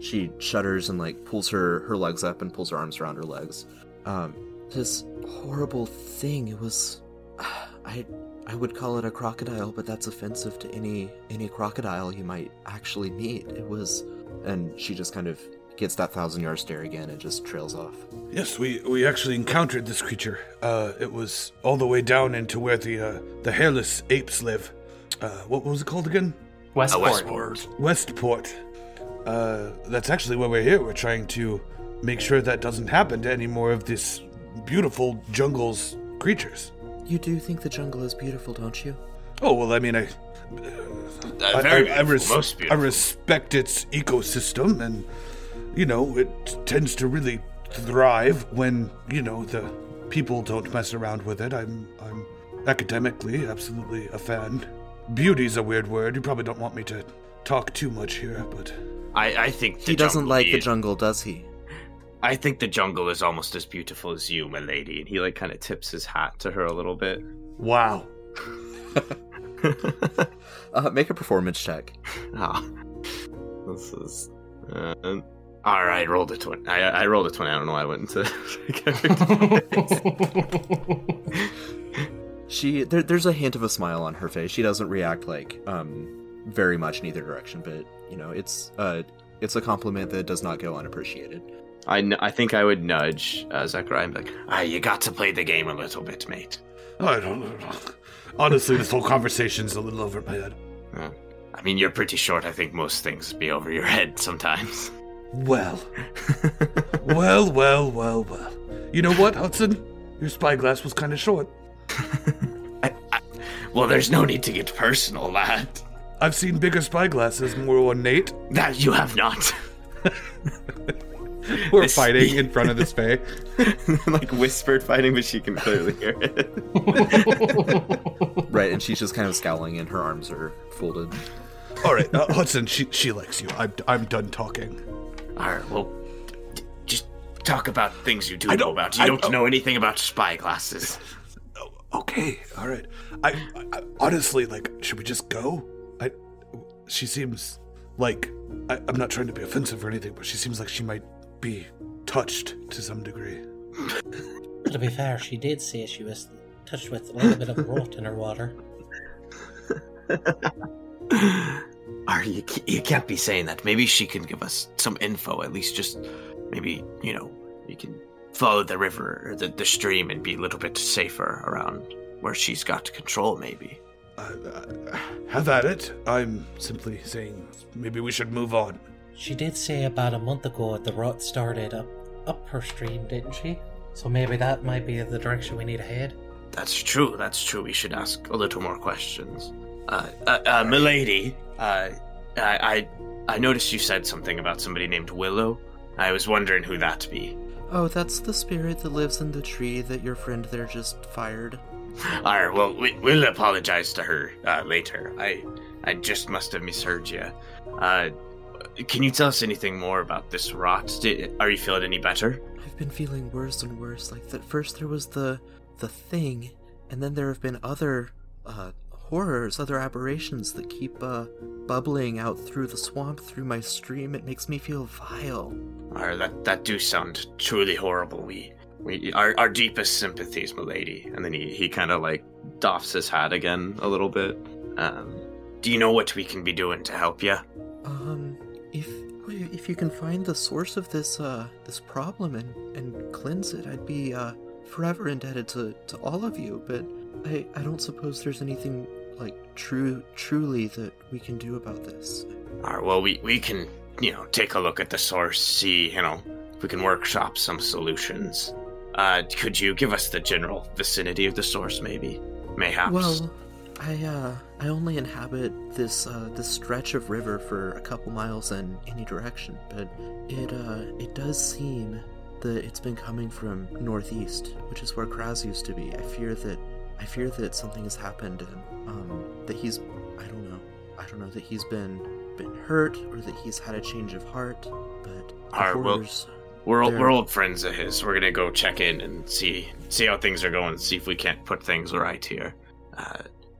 [SPEAKER 11] she shudders and like pulls her her legs up and pulls her arms around her legs. Um, this horrible thing. It was. [sighs] I I would call it a crocodile, but that's offensive to any any crocodile you might actually meet. It was, and she just kind of gets that thousand yard stare again and just trails off.
[SPEAKER 9] Yes, we, we actually encountered this creature. Uh, it was all the way down into where the uh, the hairless apes live. Uh, what was it called again?
[SPEAKER 10] A
[SPEAKER 7] Westport.
[SPEAKER 10] Westport.
[SPEAKER 9] Westport. Uh, that's actually why we're here. We're trying to make sure that doesn't happen to any more of this beautiful jungle's creatures.
[SPEAKER 11] You do think the jungle is beautiful, don't you?
[SPEAKER 9] Oh well, I mean, I
[SPEAKER 10] Uh,
[SPEAKER 9] I,
[SPEAKER 10] very
[SPEAKER 9] I, I,
[SPEAKER 10] beautiful,
[SPEAKER 9] res-
[SPEAKER 10] most
[SPEAKER 9] I
[SPEAKER 10] beautiful.
[SPEAKER 9] respect its ecosystem, and you know it tends to really thrive when you know the people don't mess around with it. I'm I'm academically absolutely a fan. Beauty's a weird word. You probably don't want me to talk too much here, but
[SPEAKER 10] I, I think the
[SPEAKER 11] he doesn't
[SPEAKER 10] jungle
[SPEAKER 11] like the
[SPEAKER 10] is-
[SPEAKER 11] jungle, does he?
[SPEAKER 10] I think the jungle is almost as
[SPEAKER 6] Beautiful as you, my lady. And he like kind of tips his hat to her a little bit.
[SPEAKER 9] wow.
[SPEAKER 11] Uh, make a performance check.
[SPEAKER 10] Ah, this is. Uh, all right, rolled a twenty. I, I rolled a twenty. I don't know. why I went
[SPEAKER 6] [laughs]
[SPEAKER 10] into.
[SPEAKER 3] [laughs]
[SPEAKER 11] She there, there's a hint of a smile on her face. She doesn't react like um very much in either direction, but you know it's uh it's a compliment that does not go unappreciated.
[SPEAKER 6] I, kn- I think I would nudge uh, Zachariah and be like,
[SPEAKER 10] Ah, you got to play the game a little bit, mate.
[SPEAKER 9] I don't know. Honestly, this whole conversation's a little over my head.
[SPEAKER 10] I mean, you're pretty short. I think most things be over your head sometimes. [laughs]
[SPEAKER 9] Well, well, well, well, well. You know what, Hudson? Your spyglass was kind of short.
[SPEAKER 10] Well, there's no need to get personal, lad.
[SPEAKER 9] I've seen bigger spyglasses, more ornate.
[SPEAKER 10] That you have not.
[SPEAKER 3] [laughs] We're fighting
[SPEAKER 6] [laughs]
[SPEAKER 3] in front of this bay.
[SPEAKER 6] like whispered fighting, but she can clearly hear it.
[SPEAKER 11] Right, and she's just kind of scowling, and her arms are folded.
[SPEAKER 9] All right, uh, Hudson, she she likes you. I'm I'm done talking.
[SPEAKER 10] All right, well, d- just talk about things you do
[SPEAKER 9] I
[SPEAKER 10] know
[SPEAKER 9] don't-
[SPEAKER 10] about. You
[SPEAKER 9] I
[SPEAKER 10] don't
[SPEAKER 9] don't-
[SPEAKER 10] know anything about spyglasses.
[SPEAKER 9] Okay, all right. I, I honestly like. Should we just go? I. She seems like I, I'm not trying to be offensive or anything, but she seems like she might be touched to some degree.
[SPEAKER 5] To be fair, she did say she was touched with a little bit of rot in her water.
[SPEAKER 10] Are you? ca- You can't be saying that. Maybe she can give us some info. At least, just maybe you know, we can follow the river or the, the stream and be a little bit safer around where she's got control. Maybe.
[SPEAKER 9] Uh, uh, have at it. I'm simply saying maybe we should move on.
[SPEAKER 5] She did say about a month ago that the rot started up up her stream, didn't she? So maybe that might be the direction we need to head.
[SPEAKER 10] That's true. That's true. We should ask a little more questions. Uh, uh, uh milady, uh, I, I, I noticed you said something about somebody named Willow. I was wondering who that be. [laughs]
[SPEAKER 11] Oh, that's the spirit that lives in the tree that your friend there just fired.
[SPEAKER 10] Alright, well, we, we'll apologize to her uh, later. I I just must have misheard you. Uh, can you tell us anything more about this rot? Di are you feeling any better?
[SPEAKER 11] I've been feeling worse and worse. Like that first there was the the thing, and then there have been other uh horrors, other aberrations that keep uh bubbling out through the swamp, through my stream. It makes me feel vile.
[SPEAKER 10] Or that that do sound truly horrible. We we our, our deepest sympathies, milady. And then he, he kind of like
[SPEAKER 3] doffs his hat again a little bit.
[SPEAKER 10] Um, do you know what we can be doing to help you?
[SPEAKER 11] Um, if if you can find the source of this uh this problem and and cleanse it, I'd be uh forever indebted to to all of you. But I I don't suppose there's anything like true truly that we can do about this.
[SPEAKER 10] All right, well, we, we can, you know, take a look at the source, see, you know, if we can workshop some solutions. Uh, could you give us the general vicinity of the source, maybe? Mayhaps.
[SPEAKER 11] Well, I uh I only inhabit this uh this stretch of river for a couple miles in any direction, but it uh it does seem that it's been coming from northeast, which is where Kraz used to be. I fear that I fear that something has happened and um that he's I don't know. I don't know that he's been been hurt or that he's had a change of heart, but the
[SPEAKER 10] Alright, well,
[SPEAKER 11] horrors-
[SPEAKER 10] we're, old,
[SPEAKER 11] there-
[SPEAKER 10] we're old friends of his. We're going to go check in and see see how things are going, see if we can't put things right here. Uh,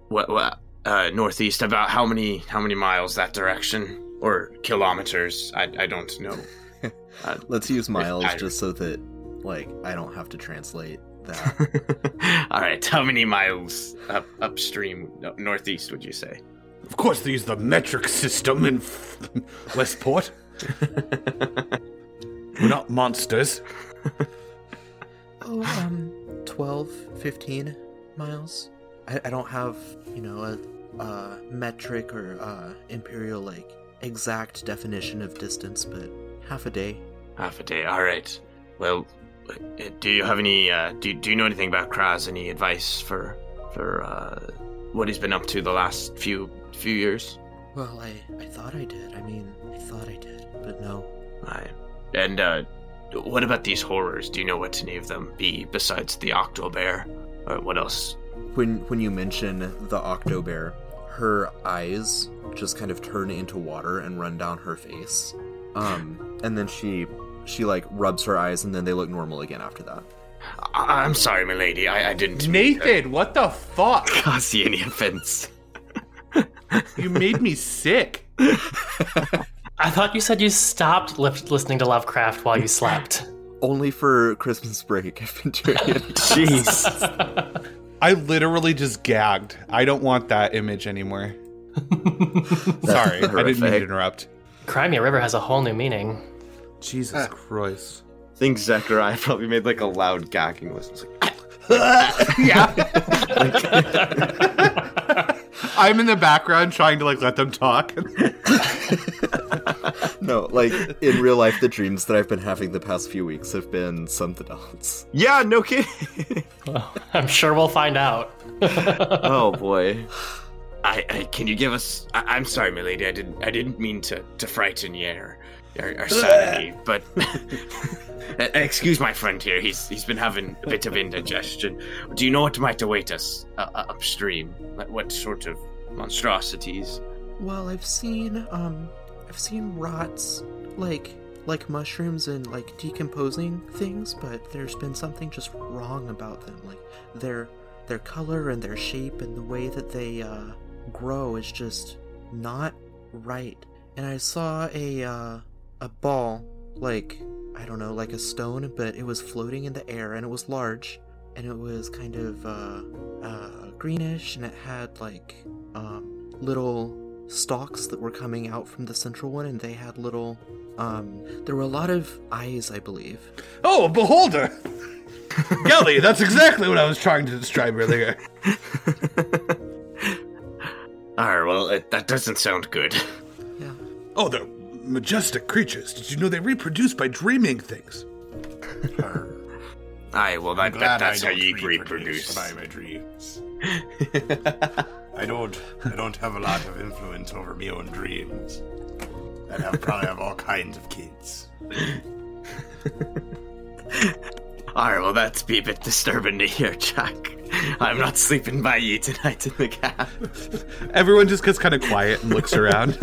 [SPEAKER 10] what, what, uh, northeast, about how many how many miles that direction? Or kilometers? I, I don't know.
[SPEAKER 11] Let's use miles
[SPEAKER 10] I-
[SPEAKER 11] just so that like I don't have to translate that.
[SPEAKER 10] [laughs] All right, how many miles up, upstream, no, northeast would you say?
[SPEAKER 9] Of course, they use the metric system in [laughs] f- Westport. We're not monsters.
[SPEAKER 11] Oh, um, 12, 15 miles. I, I don't have, you know, a, a metric or uh, imperial, like, exact definition of distance, but half a day.
[SPEAKER 10] Half a day. All right. Well, uh, do you have any? Uh, do Do you know anything about Kraz? Any advice for for uh, what he's been up to the last few few years?
[SPEAKER 11] Well, I, I thought I did. I mean, I thought I did, but no.
[SPEAKER 10] I and uh, what about these horrors? Do you know what any of them be besides the octobear? Or what else?
[SPEAKER 11] When, when you mention the octobear, her eyes just kind of turn into water and run down her face. Um, and then she, she, like, rubs her eyes and then they look normal again after that.
[SPEAKER 10] I, I'm sorry, milady. I, I didn't. mean to
[SPEAKER 9] Nathan, what the
[SPEAKER 10] [laughs]
[SPEAKER 9] fuck?
[SPEAKER 10] cause you any offense.
[SPEAKER 9] You made me sick.
[SPEAKER 7] I thought you said you stopped li- listening to Lovecraft while you slept.
[SPEAKER 11] Only for Christmas break, I've been doing
[SPEAKER 3] [laughs]
[SPEAKER 11] it.
[SPEAKER 9] [laughs]
[SPEAKER 3] Jeez.
[SPEAKER 9] I literally just gagged. I don't want that image anymore. Sorry, I didn't mean to
[SPEAKER 11] horrific.
[SPEAKER 9] interrupt.
[SPEAKER 7] Crimea River has a whole new meaning.
[SPEAKER 9] Jesus Christ.
[SPEAKER 3] Ah. I think Zechariah probably made like a loud gagging list. It's like,
[SPEAKER 9] I'm in the background trying to like let them talk.
[SPEAKER 11] [laughs] No, like in real life, the dreams that I've been having the past few weeks have been something else. [laughs]
[SPEAKER 3] yeah, no kidding.
[SPEAKER 7] [laughs] I'm sure we'll find out.
[SPEAKER 10] [laughs]
[SPEAKER 3] oh boy.
[SPEAKER 10] I, I can you give us? I, I'm sorry, milady. I didn't I didn't mean to to frighten you or or, or sadden you, but [laughs] Uh, excuse my friend here. He's he's been having a bit of indigestion. Do you know what might await us uh, uh, upstream? Like what sort of monstrosities?
[SPEAKER 11] Well, I've seen, um, I've seen rots, like like mushrooms and like decomposing things, but there's been something just wrong about them. Like their their color and their shape and the way that they uh, grow is just not right. And I saw a uh, a ball, like I don't know, like a stone, but it was floating in the air and it was large and it was kind of uh, uh, greenish and it had like um, little stalks that were coming out from the central one and they had little um, there were a lot of eyes i believe
[SPEAKER 9] Oh, a beholder! Gelly, that's exactly what I was trying to describe earlier.
[SPEAKER 10] Ah, well, it, that doesn't sound good.
[SPEAKER 11] yeah
[SPEAKER 9] Oh, they're majestic creatures. Did you know they reproduce by dreaming things?
[SPEAKER 10] Aye, well, that, that
[SPEAKER 4] Glad I
[SPEAKER 10] that's how
[SPEAKER 4] don't
[SPEAKER 10] you
[SPEAKER 4] reproduce
[SPEAKER 10] reproduce.
[SPEAKER 4] by my dreams.
[SPEAKER 10] [laughs]
[SPEAKER 4] I don't. I don't have a lot of influence over my own dreams. And I probably have all kinds of kids.
[SPEAKER 10] Alright, well, that's be a bit disturbing to hear, Jack. I'm not sleeping by you tonight in the cab.
[SPEAKER 9] Everyone just gets kind of quiet and looks around.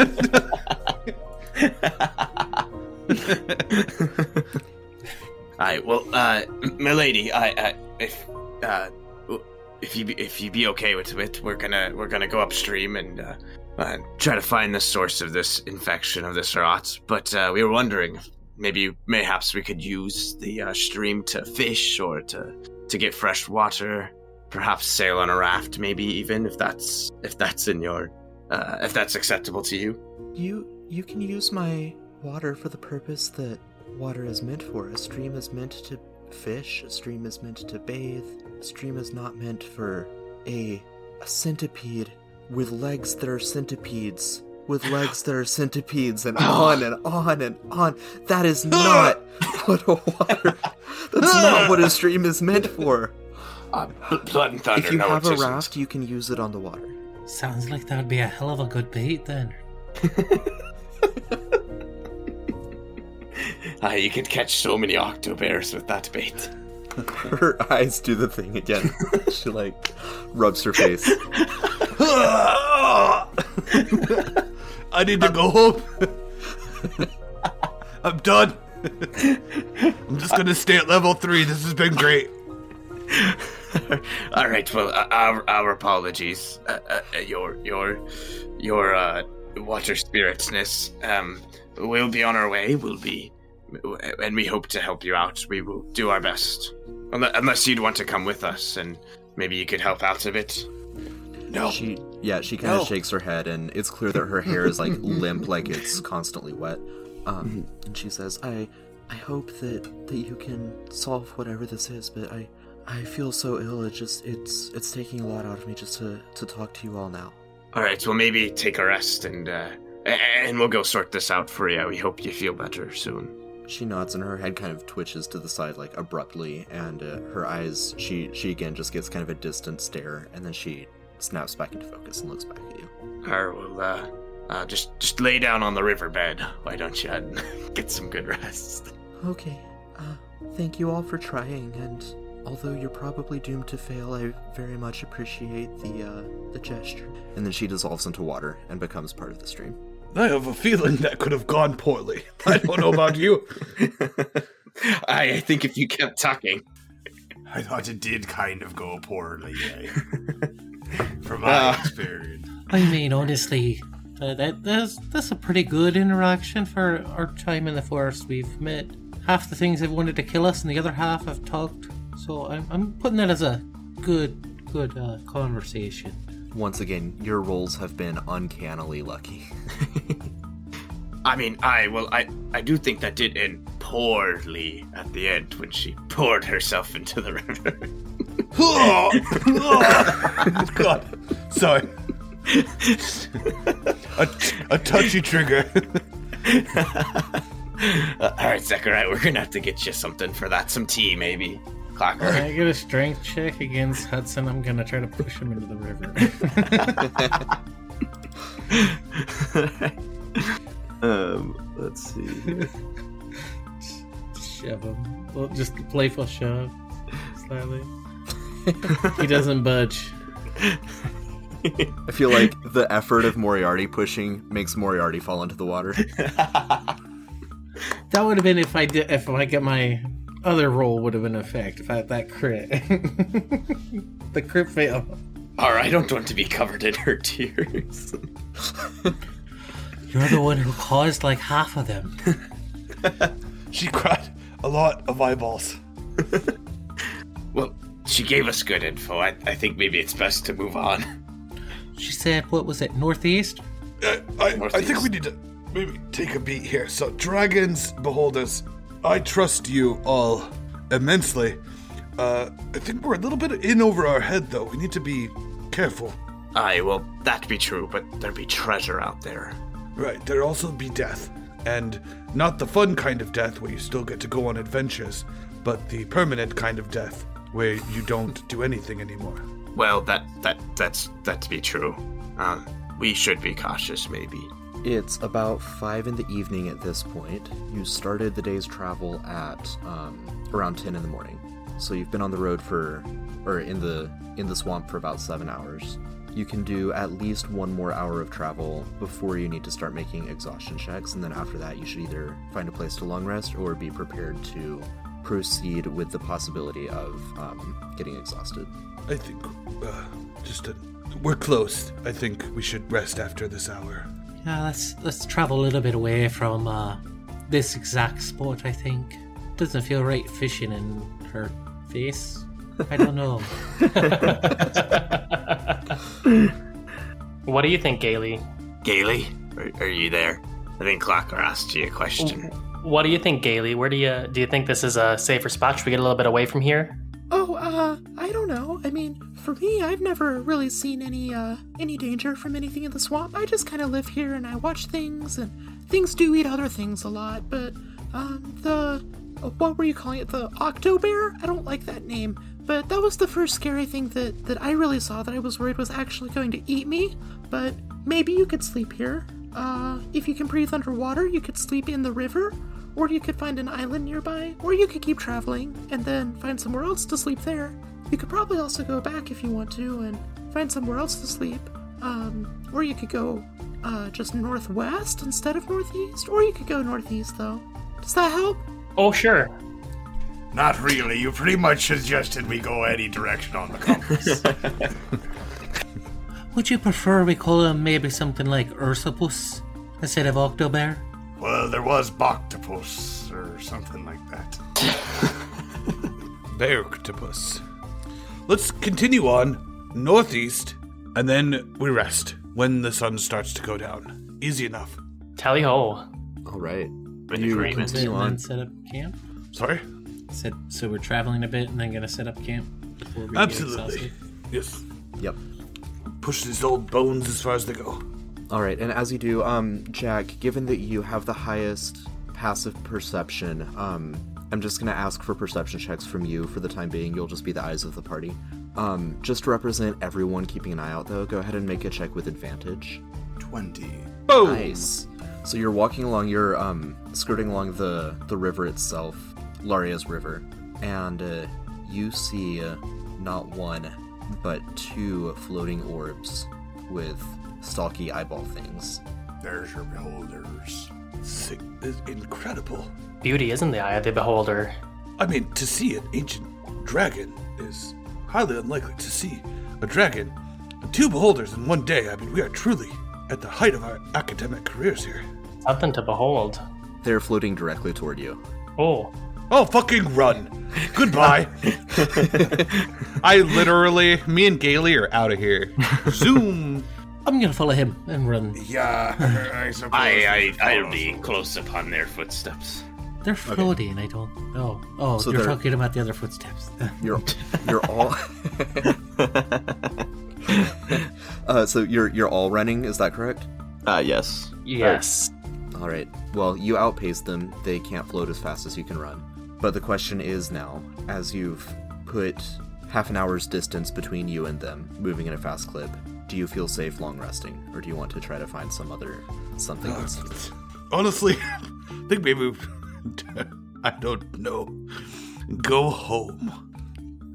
[SPEAKER 10] Aye, well, uh, m- milady, I, I, if, uh, w- if you be, if you be okay with it, we're gonna we're gonna go upstream and uh, uh, try to find the source of this infection of this rot. But uh, we were wondering, if maybe mayhaps we could use the uh, stream to fish or to to get fresh water. perhaps sail on a raft, maybe even if that's if that's in your uh, if that's acceptable to you.
[SPEAKER 2] You you can use my water for the purpose that water is meant for. A stream is meant to fish, a stream is meant to bathe, a stream is not meant for a, a centipede with legs that are centipedes. With legs that are
[SPEAKER 10] [laughs]
[SPEAKER 2] centipedes and on and on and on. That is not what a water that's
[SPEAKER 10] [laughs]
[SPEAKER 2] not what a stream is meant for.
[SPEAKER 10] Uh, blood and thunder.
[SPEAKER 2] If you
[SPEAKER 10] no,
[SPEAKER 2] have
[SPEAKER 10] it
[SPEAKER 2] a
[SPEAKER 10] isn't.
[SPEAKER 2] raft, you can use it on the water.
[SPEAKER 5] Sounds like that would be a hell of a good bait then.
[SPEAKER 10] Ah, you could catch so many octobears with that bait.
[SPEAKER 2] Her eyes do the thing
[SPEAKER 11] [laughs]
[SPEAKER 2] again. she like rubs her face.
[SPEAKER 9] I need to go home. [laughs] I'm done. I'm just gonna stay at level three. This has been great.
[SPEAKER 10] All right. Well, uh, our, our apologies. Uh, uh, uh, your your your uh, water spiritsness. Um, we'll be on our way. We'll be, and we hope to help you out. We will do our best. Unle- Unless you'd want to come with us, and maybe you could help out a bit. No.
[SPEAKER 2] She yeah, she kind of shakes her head, and it's clear that her hair is like limp, like it's constantly wet. Um, and she says, "I, I hope that that you can solve whatever this is, but I, I feel so ill. It just it's it's taking a lot out of me just to to talk to you all now."
[SPEAKER 10] All right. Well, maybe take a rest, and uh, a- and we'll go sort this out for you. We hope you feel better soon.
[SPEAKER 2] She nods, and her head kind of twitches to the side, like abruptly, and uh, her eyes she she again just gets kind of a distant stare, and then she snaps back into focus and looks back at you.
[SPEAKER 10] Or well, uh, uh, just just lay down on the riverbed. Why don't you [laughs] and get some good rest?
[SPEAKER 2] Okay. Uh, thank you all for trying, and although you're probably doomed to fail, I very much appreciate the uh, the gesture. And then she dissolves into water and becomes part of the stream.
[SPEAKER 9] I have a feeling that could have gone poorly. I don't know about you.
[SPEAKER 10] I, I think if you kept talking,
[SPEAKER 4] I thought it did kind of go poorly,
[SPEAKER 10] [laughs]
[SPEAKER 4] eh? from my
[SPEAKER 10] Ah.
[SPEAKER 4] experience.
[SPEAKER 5] [sighs] I mean, honestly, uh, that that's that's a pretty good interaction for our time in the forest. We've met half the things that wanted to kill us, and the other half have talked. So I'm I'm putting that as a good good uh, conversation.
[SPEAKER 2] Once again, your rolls have been uncannily lucky.
[SPEAKER 10] I mean, I well, I I do think that did end poorly at the end when she poured herself into the river. [laughs]
[SPEAKER 9] [laughs] God, sorry. a, a touchy trigger. [laughs]
[SPEAKER 10] Uh, all right, Zechariah, we're gonna have to get you something for that. Some tea, maybe.
[SPEAKER 5] Can
[SPEAKER 10] Clocker.
[SPEAKER 5] I get a strength check against Hudson? I'm gonna try to push him into the river.
[SPEAKER 6] Um, let's see.
[SPEAKER 5] shove him. Well, just a playful shove, slightly. he doesn't budge.
[SPEAKER 2] [laughs] I feel like the effort of Moriarty pushing makes Moriarty fall into
[SPEAKER 5] [laughs]
[SPEAKER 2] the water.
[SPEAKER 5] That would have been if I did. If I get my other roll, would have been in effect. If I had that crit, [laughs] the crit fail.
[SPEAKER 10] All right, I don't want to be covered in her [laughs] tears.
[SPEAKER 5] You're the one who caused like half of them.
[SPEAKER 9] She cried a lot of eyeballs.
[SPEAKER 10] well, she gave us good info. I, I think maybe it's best to move on.
[SPEAKER 5] She said, "What was it? Northeast?
[SPEAKER 9] I, I, I think we need to maybe take a beat here. So, dragons, beholders, I trust you all immensely. Uh, I think we're a little bit in over our head, though. We need to be careful.
[SPEAKER 10] Aye, well, that be true, but there be treasure out there.
[SPEAKER 9] Right, there'll also be death. And not the fun kind of death where you still get to go on adventures, but the permanent kind of death where you don't do anything anymore.
[SPEAKER 10] Well, that that that's that be true. Um, we should be cautious, maybe.
[SPEAKER 2] It's about five in the evening at this point. You started the day's travel at um, around ten in the morning, so you've been on the road for, or in the in the swamp for about seven hours. You can do at least one more hour of travel before you need to start making exhaustion checks, and then after that, you should either find a place to long rest or be prepared to proceed with the possibility of um, getting exhausted.
[SPEAKER 9] I think, uh, just a, we're close. I think we should rest after this hour.
[SPEAKER 5] Yeah, let's let's travel a little bit away from uh, this exact spot. I think doesn't feel right fishing in her face. I don't [laughs] know.
[SPEAKER 7] What do you think, Gailey?
[SPEAKER 10] Gaily, are, are you there? I think Clocker asked you a question.
[SPEAKER 7] What do you think, Gailey? Where do you do you think this is a safer spot? Should we get a little bit away from here?
[SPEAKER 8] Oh, uh, I don't know. I mean, for me, I've never really seen any, uh, any danger from anything in the swamp. I just kind of live here and I watch things, and things do eat other things a lot, but, um, the. uh, What were you calling it? The Octobear? I don't like that name. But that was the first scary thing that, that I really saw that I was worried was actually going to eat me. But maybe you could sleep here. Uh, if you can breathe underwater, you could sleep in the river or you could find an island nearby, or you could keep traveling and then find somewhere else to sleep there. You could probably also go back if you want to and find somewhere else to sleep. Um, or you could go uh, just northwest instead of northeast, or you could go northeast though. Does that help?
[SPEAKER 7] Oh, sure.
[SPEAKER 4] Not really. You pretty much suggested we go any direction on the
[SPEAKER 10] [laughs]
[SPEAKER 4] compass.
[SPEAKER 5] Would you prefer we call him maybe something like Ursipus instead of Octobear?
[SPEAKER 4] well, there was Boctopus or something like that.
[SPEAKER 9] Octopus. Let's continue on northeast, and then we rest when the sun starts to go down. Easy enough.
[SPEAKER 7] Tally ho.
[SPEAKER 2] All right.
[SPEAKER 10] With
[SPEAKER 2] You
[SPEAKER 10] agreement.
[SPEAKER 2] continue
[SPEAKER 5] and
[SPEAKER 2] on.
[SPEAKER 5] then set up camp.
[SPEAKER 9] Sorry.
[SPEAKER 5] Set, so we're traveling a bit and then gonna set up camp. Before we get
[SPEAKER 9] Absolutely.
[SPEAKER 5] exhausted.
[SPEAKER 9] Yes.
[SPEAKER 2] Yep.
[SPEAKER 9] Push these old bones as far as they go.
[SPEAKER 2] All right, and as you do, um, Jack, given that you have the highest passive perception, um, I'm just gonna ask for perception checks from you for the time being. You'll just be the eyes of the party. Um, just to represent everyone keeping an eye out, though, go ahead and make a check with advantage.
[SPEAKER 4] 20.
[SPEAKER 2] Nice. So you're walking along, you're um, skirting along the, the river itself, Laria's River, and uh, you see uh, not one, but two floating orbs with stalky eyeball things.
[SPEAKER 4] There's your beholders.
[SPEAKER 9] Sick. It's incredible.
[SPEAKER 7] Beauty isn't the eye of the beholder.
[SPEAKER 9] I mean, to see an ancient dragon is highly unlikely. To see a dragon, two beholders in one day. I mean, we are truly at the height of our academic careers here.
[SPEAKER 7] Something to behold.
[SPEAKER 2] They're floating directly toward you.
[SPEAKER 7] Oh,
[SPEAKER 9] Oh, fucking run! Goodbye.
[SPEAKER 3] [laughs] I literally, me and Gailey are out of here.
[SPEAKER 9] Zoom.
[SPEAKER 5] I'm gonna follow him and run.
[SPEAKER 4] Yeah, I suppose.
[SPEAKER 10] I, I,
[SPEAKER 4] will
[SPEAKER 10] I'll be close upon their footsteps.
[SPEAKER 5] They're floating. I don't. know. oh,
[SPEAKER 2] So
[SPEAKER 5] you're
[SPEAKER 2] they're-
[SPEAKER 5] talking about the other footsteps. [laughs]
[SPEAKER 2] You're you're all [laughs] uh, so you're you're all running, is that correct?
[SPEAKER 6] Ah, yes.
[SPEAKER 7] yes.
[SPEAKER 2] All right. Well, you outpace them. They can't float as fast as you can run. But the question is now, as you've put half an hour's distance between you and them, moving in a fast clip, do you feel safe long resting, or do you want to try to find some other something else? to do?
[SPEAKER 9] Honestly, [laughs] I think maybe [laughs] we- I don't know. Go home.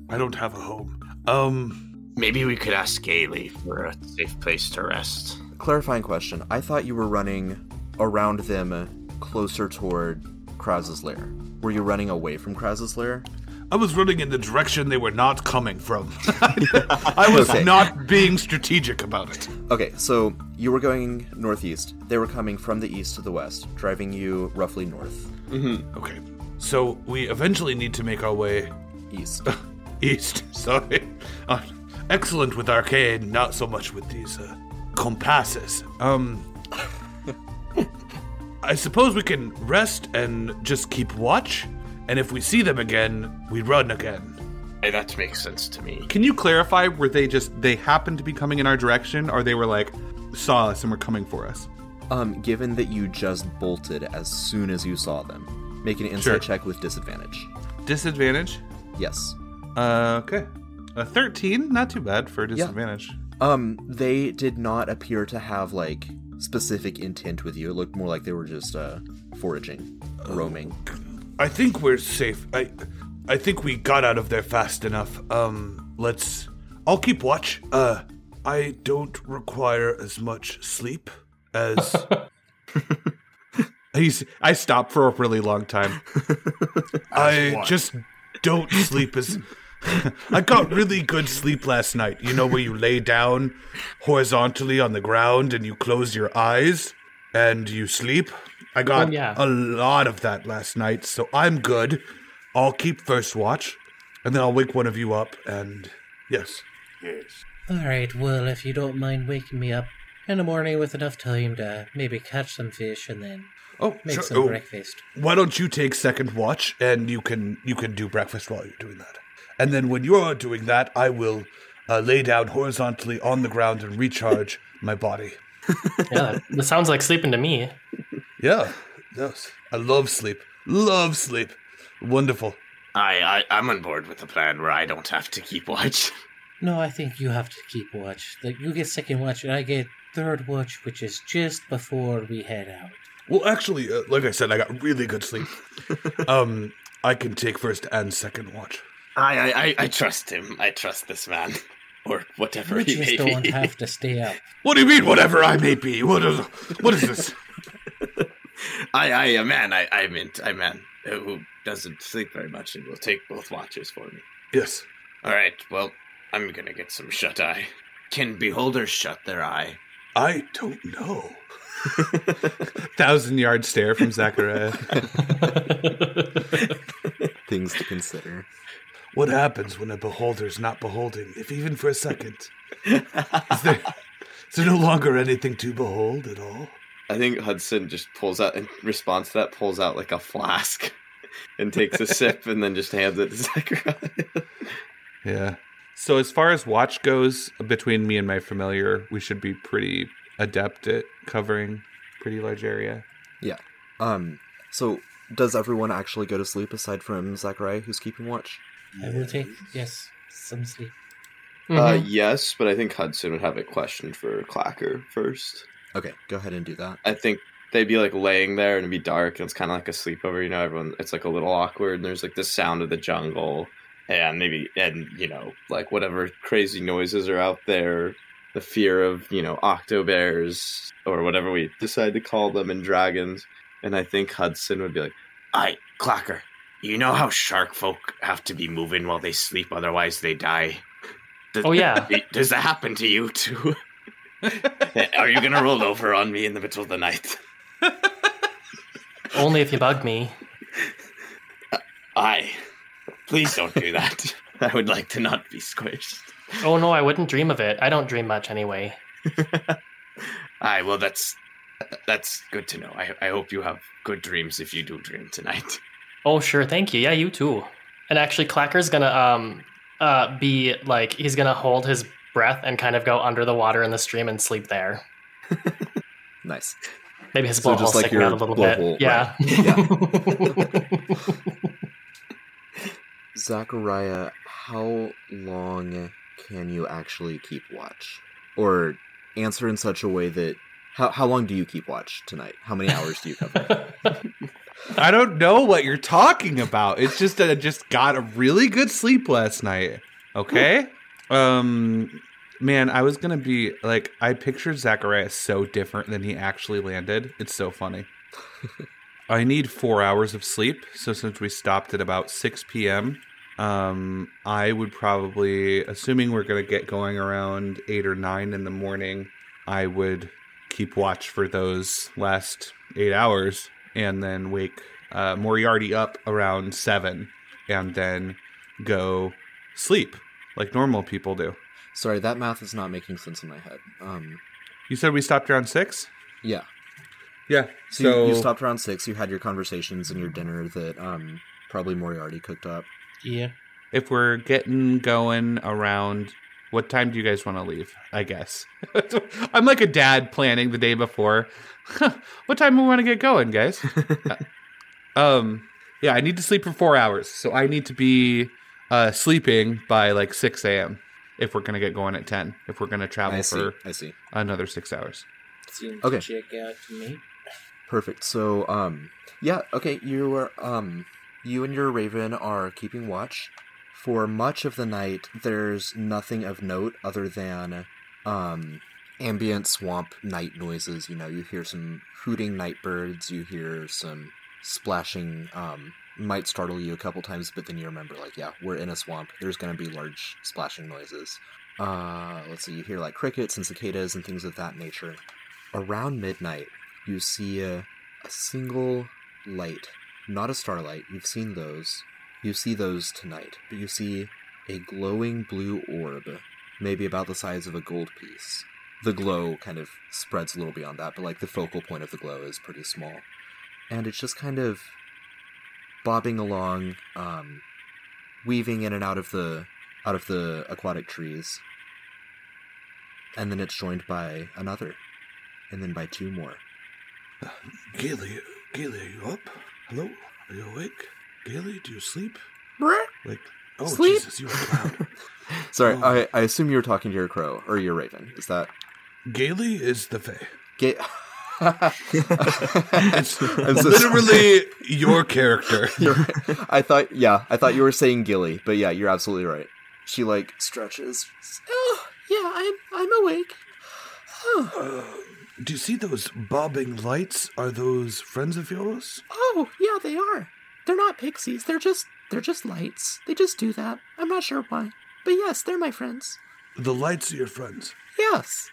[SPEAKER 9] I don't have a home. Um,
[SPEAKER 10] Maybe we could ask Gaily for a safe place to rest.
[SPEAKER 2] Clarifying question. I thought you were running around them, uh, closer toward Kraz's lair. Were you running away from Kraz's lair?
[SPEAKER 9] I was running in the direction they were not coming [laughs] from. I was
[SPEAKER 2] Okay.
[SPEAKER 9] not being strategic about it.
[SPEAKER 2] Okay, so you were going northeast. They were coming from the east to the west, driving you roughly north
[SPEAKER 9] Okay, so we eventually need to make our way
[SPEAKER 2] east.
[SPEAKER 9] [laughs] east. Sorry. Uh, excellent with arcade, not so much with these uh, compasses. Um, [laughs] I suppose we can rest and just keep watch, and if we see them again, we run again.
[SPEAKER 10] Hey, eh, that makes sense to me.
[SPEAKER 3] Can you clarify? Were they just they happened to be coming in our direction, or they were like saw us and were coming for us?
[SPEAKER 2] um, given that you just bolted as soon as you saw them, make an insight
[SPEAKER 3] Sure.
[SPEAKER 2] check with disadvantage.
[SPEAKER 3] Disadvantage.
[SPEAKER 2] Yes.
[SPEAKER 3] Uh, okay, a thirteen, not too bad for a disadvantage.
[SPEAKER 2] Um, they did not appear to have like specific intent with you. It looked more like they were just uh foraging,
[SPEAKER 3] Oh.
[SPEAKER 2] roaming.
[SPEAKER 9] I think we're safe. I, I think we got out of there fast enough. Um, let's. I'll keep watch. Uh, I don't require as much sleep as.
[SPEAKER 3] He's. I stopped for a really long time.
[SPEAKER 9] I
[SPEAKER 4] what?
[SPEAKER 9] just don't sleep as. [laughs] I got really good sleep last night. You know, where you lay down horizontally on the ground and you close your eyes and you sleep. I got
[SPEAKER 7] Oh, yeah.
[SPEAKER 9] a lot of that last night, so I'm good. I'll keep first watch. And then I'll wake one of you up, and yes.
[SPEAKER 5] All right, well, if you don't mind waking me up in the morning with enough time to maybe catch some fish and then
[SPEAKER 9] Oh,
[SPEAKER 5] make
[SPEAKER 9] sure.
[SPEAKER 5] some
[SPEAKER 9] Oh,
[SPEAKER 5] breakfast.
[SPEAKER 9] Why don't you take second watch, and you can you can do breakfast while you're doing that. And then when you're doing that, I will uh, lay down horizontally on the ground and recharge
[SPEAKER 5] [laughs]
[SPEAKER 9] my body.
[SPEAKER 7] Yeah, that, that sounds like sleeping to me.
[SPEAKER 9] Yeah, yes. I love sleep. Love sleep. Wonderful.
[SPEAKER 10] I, I I'm on board with the plan where I don't have to keep watch. [laughs]
[SPEAKER 5] No, I think you have to keep watch. That you get second watch and I get third watch, which is just before we head out.
[SPEAKER 9] Well, actually, uh, like I said, I got really good
[SPEAKER 10] [laughs]
[SPEAKER 9] sleep. um, I can take first and second watch.
[SPEAKER 10] I I, I, I trust him. I trust this man, [laughs] or whatever
[SPEAKER 5] We
[SPEAKER 10] he may
[SPEAKER 5] just don't
[SPEAKER 10] be.
[SPEAKER 5] have to stay up.
[SPEAKER 9] [laughs] What do you mean, whatever I may be? What is what is this?
[SPEAKER 10] I I a man. I I meant I man uh, who doesn't sleep very much and will take both watches for me.
[SPEAKER 9] yes.
[SPEAKER 10] All right. Well, I'm gonna get some shut eye. Can beholders shut their eye?
[SPEAKER 9] I don't know. Thousand yard stare from Zachariah.
[SPEAKER 2] Things to consider.
[SPEAKER 9] what happens when a beholder's not beholding, if even for a second? Is there, is there no longer anything to behold at all?
[SPEAKER 6] [laughs] I think Hudson just pulls out in response to that pulls out like a flask [laughs] and takes a sip and uh, then just hands it
[SPEAKER 3] [laughs]
[SPEAKER 6] to Zachariah.
[SPEAKER 9] Yeah.
[SPEAKER 3] So as far as watch goes, between me and my familiar, we should be pretty adept at covering pretty large area.
[SPEAKER 2] Yeah. Um. So, does everyone actually go to sleep aside from Zachariah, who's keeping watch?
[SPEAKER 5] I will take yes, some sleep.
[SPEAKER 6] Uh,
[SPEAKER 2] Mm-hmm.
[SPEAKER 7] Mhm.
[SPEAKER 6] yes, but I think Hudson would have a question for Clacker first.
[SPEAKER 2] Okay, go ahead and do that.
[SPEAKER 6] I think they'd be like laying there and it'd be dark and it's kind of like a sleepover, you know. Everyone, it's like a little awkward and there's like the sound of the jungle and maybe and you know like whatever crazy noises are out there, the fear of you know octobears or whatever we decide to call them and dragons. And I think Hudson would be like,
[SPEAKER 10] I clacker. You know how shark folk have to be moving while they sleep, otherwise they die. Does-
[SPEAKER 7] Oh, yeah.
[SPEAKER 10] [laughs] does that happen to you too? [laughs] Are you gonna roll over on me in the middle of the night?
[SPEAKER 7] Only if you bug me.
[SPEAKER 10] I. Please don't do that. [laughs] I would like to not be squished.
[SPEAKER 7] Oh no, I wouldn't dream of it. I don't dream much anyway.
[SPEAKER 10] Aye, well, that's that's good to know. I, I hope you have good dreams if you do dream tonight. [laughs]
[SPEAKER 7] Oh sure, thank you. Yeah, you too. And actually, Clacker's gonna um uh be like he's gonna hold his breath and kind of go under the water in the stream and sleep there.
[SPEAKER 2] Nice.
[SPEAKER 7] Maybe his
[SPEAKER 2] So
[SPEAKER 7] blowhole's
[SPEAKER 2] just like
[SPEAKER 7] sticking
[SPEAKER 2] your
[SPEAKER 7] out a little
[SPEAKER 2] blowhole,
[SPEAKER 7] bit. Yeah. [laughs]
[SPEAKER 2] [laughs] Zachariah, how long can you actually keep watch? Or answer in such a way that how, how long do you keep watch tonight? How many hours do you cover?
[SPEAKER 3] I don't know what you're talking about. It's just that I just got a really good sleep last night. Okay? Um man, I was gonna be like I pictured Zacharias so different than he actually landed. It's so funny. I need four hours of sleep, so since we stopped at about six PM, um, I would probably assuming we're gonna get going around eight or nine in the morning, I would keep watch for those last eight hours and then wake uh, Moriarty up around seven and then go sleep like normal people do.
[SPEAKER 2] Sorry, that math is not making sense in my head. Um,
[SPEAKER 3] You said we stopped around six?
[SPEAKER 2] yeah.
[SPEAKER 3] Yeah.
[SPEAKER 2] So,
[SPEAKER 3] So,
[SPEAKER 2] you, you stopped around six. You had your conversations and your dinner that um, probably Moriarty cooked up.
[SPEAKER 5] Yeah.
[SPEAKER 3] if we're getting going around, what time do you guys want to leave? I guess. [laughs] I'm like a dad planning the day before. [laughs] what time do we want to get going,
[SPEAKER 2] [laughs]
[SPEAKER 3] guys? Uh, um, yeah, I need to sleep for four hours, so I need to be uh, sleeping by like 6 a.m. If we're gonna get going at 10, if we're gonna travel
[SPEAKER 2] I see.
[SPEAKER 3] for
[SPEAKER 2] I see.
[SPEAKER 3] another six hours.
[SPEAKER 5] Seems
[SPEAKER 2] Okay.
[SPEAKER 5] check out to me.
[SPEAKER 2] Perfect. So, um, yeah, okay, you are, um, you and your raven are keeping watch. For much of the night, there's nothing of note other than, um, ambient swamp night noises. You know, you hear some hooting night birds, you hear some splashing, um, might startle you a couple times, but then you remember, like, yeah, we're in a swamp. There's gonna be large splashing noises. Uh, let's see, you hear, like, crickets and cicadas and things of that nature. Around midnight, you see a, a single light, not a starlight. You've seen those. You see those tonight, but you see a glowing blue orb, maybe about the size of a gold piece. The glow kind of spreads a little beyond that, but like the focal point of the glow is pretty small. And it's just kind of bobbing along, um, weaving in and out of the out of the aquatic trees. And then it's joined by another. And then by two more.
[SPEAKER 9] Gaily, Gaily, are you up? Hello? Are you awake? Gaily, do you sleep? Like, oh,
[SPEAKER 8] Sleep?
[SPEAKER 9] Jesus, you are loud.
[SPEAKER 2] [laughs] Sorry,
[SPEAKER 9] Oh.
[SPEAKER 2] I, I assume you were talking to your crow or your raven. Is that
[SPEAKER 9] Gaily is the Fae.
[SPEAKER 2] [laughs] gay?
[SPEAKER 9] It's literally your character.
[SPEAKER 2] [laughs] I thought, yeah, I thought you were saying Gilly, but yeah, you're absolutely right. She like stretches.
[SPEAKER 8] Oh, yeah, I'm I'm awake. Oh,
[SPEAKER 9] Do you see those bobbing lights? Are those friends of yours?
[SPEAKER 8] [sighs] oh, yeah, they are. They're not pixies. They're just they're just lights. They just do that. I'm not sure why, but yes, they're my friends.
[SPEAKER 9] The lights are your friends.
[SPEAKER 8] Yes.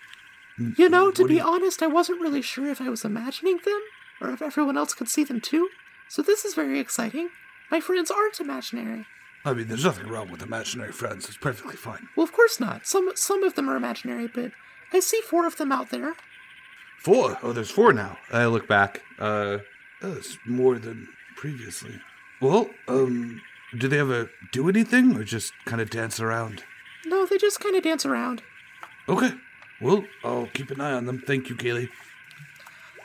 [SPEAKER 8] You know,
[SPEAKER 9] Mm,
[SPEAKER 8] to
[SPEAKER 9] what do
[SPEAKER 8] be
[SPEAKER 9] you-
[SPEAKER 8] honest, I wasn't really sure if I was imagining them or if everyone else could see them too. So this is very exciting. My friends aren't imaginary.
[SPEAKER 9] I mean, there's nothing wrong with imaginary friends. It's perfectly fine.
[SPEAKER 8] Well, of course not. Some some of them are imaginary, but I see four of them out there.
[SPEAKER 9] Four. Oh, there's four now.
[SPEAKER 3] I look back. Uh,
[SPEAKER 9] Oh, That's more than previously. Well, um, do they ever do anything or just kind of dance around?
[SPEAKER 8] No, they just kind of dance around.
[SPEAKER 9] Okay. Well, I'll keep an eye on them. Thank you, Gaily.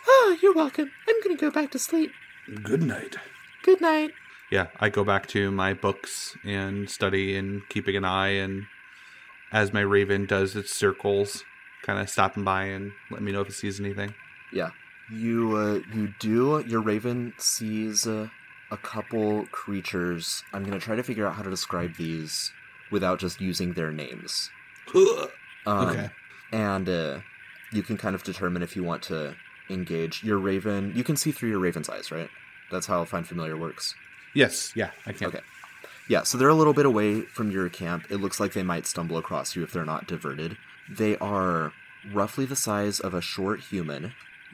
[SPEAKER 8] Ah, you're welcome. I'm gonna go back to sleep.
[SPEAKER 9] Good night.
[SPEAKER 8] Good night.
[SPEAKER 3] yeah, I go back to my books and study and keeping an eye and as my raven does its circles, kind of stopping by and let me know if it sees anything.
[SPEAKER 2] Yeah, you uh, you do. Your raven sees uh, a couple creatures. I'm gonna try to figure out how to describe these without just using their names. Um,
[SPEAKER 9] Okay.
[SPEAKER 2] And uh, you can kind of determine if you want to engage your raven. You can see through your raven's eyes, right? That's how find familiar works.
[SPEAKER 3] Yes, yeah, I can.
[SPEAKER 2] Okay. Yeah, so they're a little bit away from your camp. It looks like they might stumble across you if they're not diverted. They are roughly the size of a short human,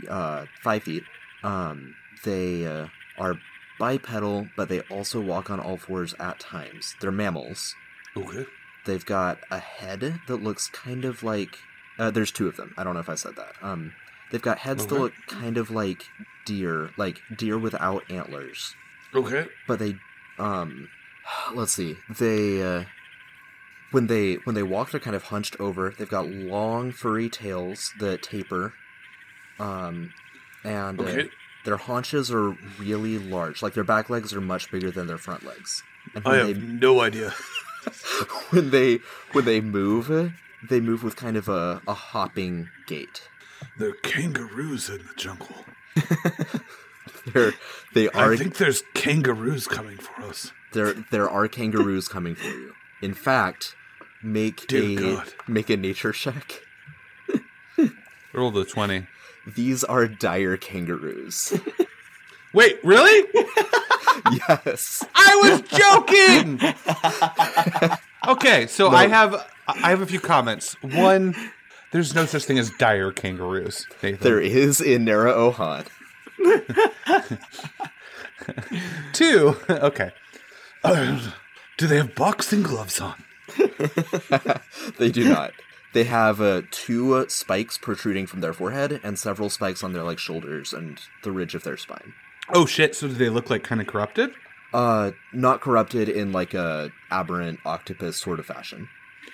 [SPEAKER 2] uh, five feet. Um, they uh, are bipedal, but they also walk on all fours at times. They're mammals.
[SPEAKER 9] [laughs] Okay.
[SPEAKER 2] They've got a head that looks kind of like. Uh, there's two of them. I don't know if I said that. Um, they've got heads that
[SPEAKER 9] Okay.
[SPEAKER 2] look kind of like deer, like deer without antlers
[SPEAKER 9] Okay.
[SPEAKER 2] but they um let's see they uh when they when they walk they're kind of hunched over they've got long furry tails that taper um and uh,
[SPEAKER 9] Okay.
[SPEAKER 2] their haunches are really large like their back legs are much bigger than their front legs and
[SPEAKER 9] I
[SPEAKER 2] when
[SPEAKER 9] have
[SPEAKER 2] they
[SPEAKER 9] no idea.
[SPEAKER 2] [laughs] when they when they move uh, they move with kind of a, a hopping gait
[SPEAKER 9] There are kangaroos in the jungle. [clears throat]
[SPEAKER 2] they're they are
[SPEAKER 9] I think there's kangaroos coming for us.
[SPEAKER 2] there there are kangaroos coming for you in fact make
[SPEAKER 9] Dear
[SPEAKER 2] a
[SPEAKER 9] God.
[SPEAKER 2] make a nature check
[SPEAKER 3] Roll the 20.
[SPEAKER 2] These are dire kangaroos.
[SPEAKER 9] [laughs]
[SPEAKER 3] Wait, really?
[SPEAKER 2] [laughs] yes.
[SPEAKER 3] I was joking. [laughs] okay, so I have I have a few comments. One, there's no such thing as dire kangaroos. Nathan.
[SPEAKER 2] There is in Nara Ohan.
[SPEAKER 3] [laughs] Two, okay.
[SPEAKER 9] Uh, do they have boxing gloves on? [laughs]
[SPEAKER 2] They do not. They have uh, two uh, spikes protruding from their forehead and several spikes on their like shoulders and the ridge of their spine.
[SPEAKER 3] Oh shit! So do they look like kind of corrupted?
[SPEAKER 2] Uh, not corrupted in like a aberrant octopus sort of fashion.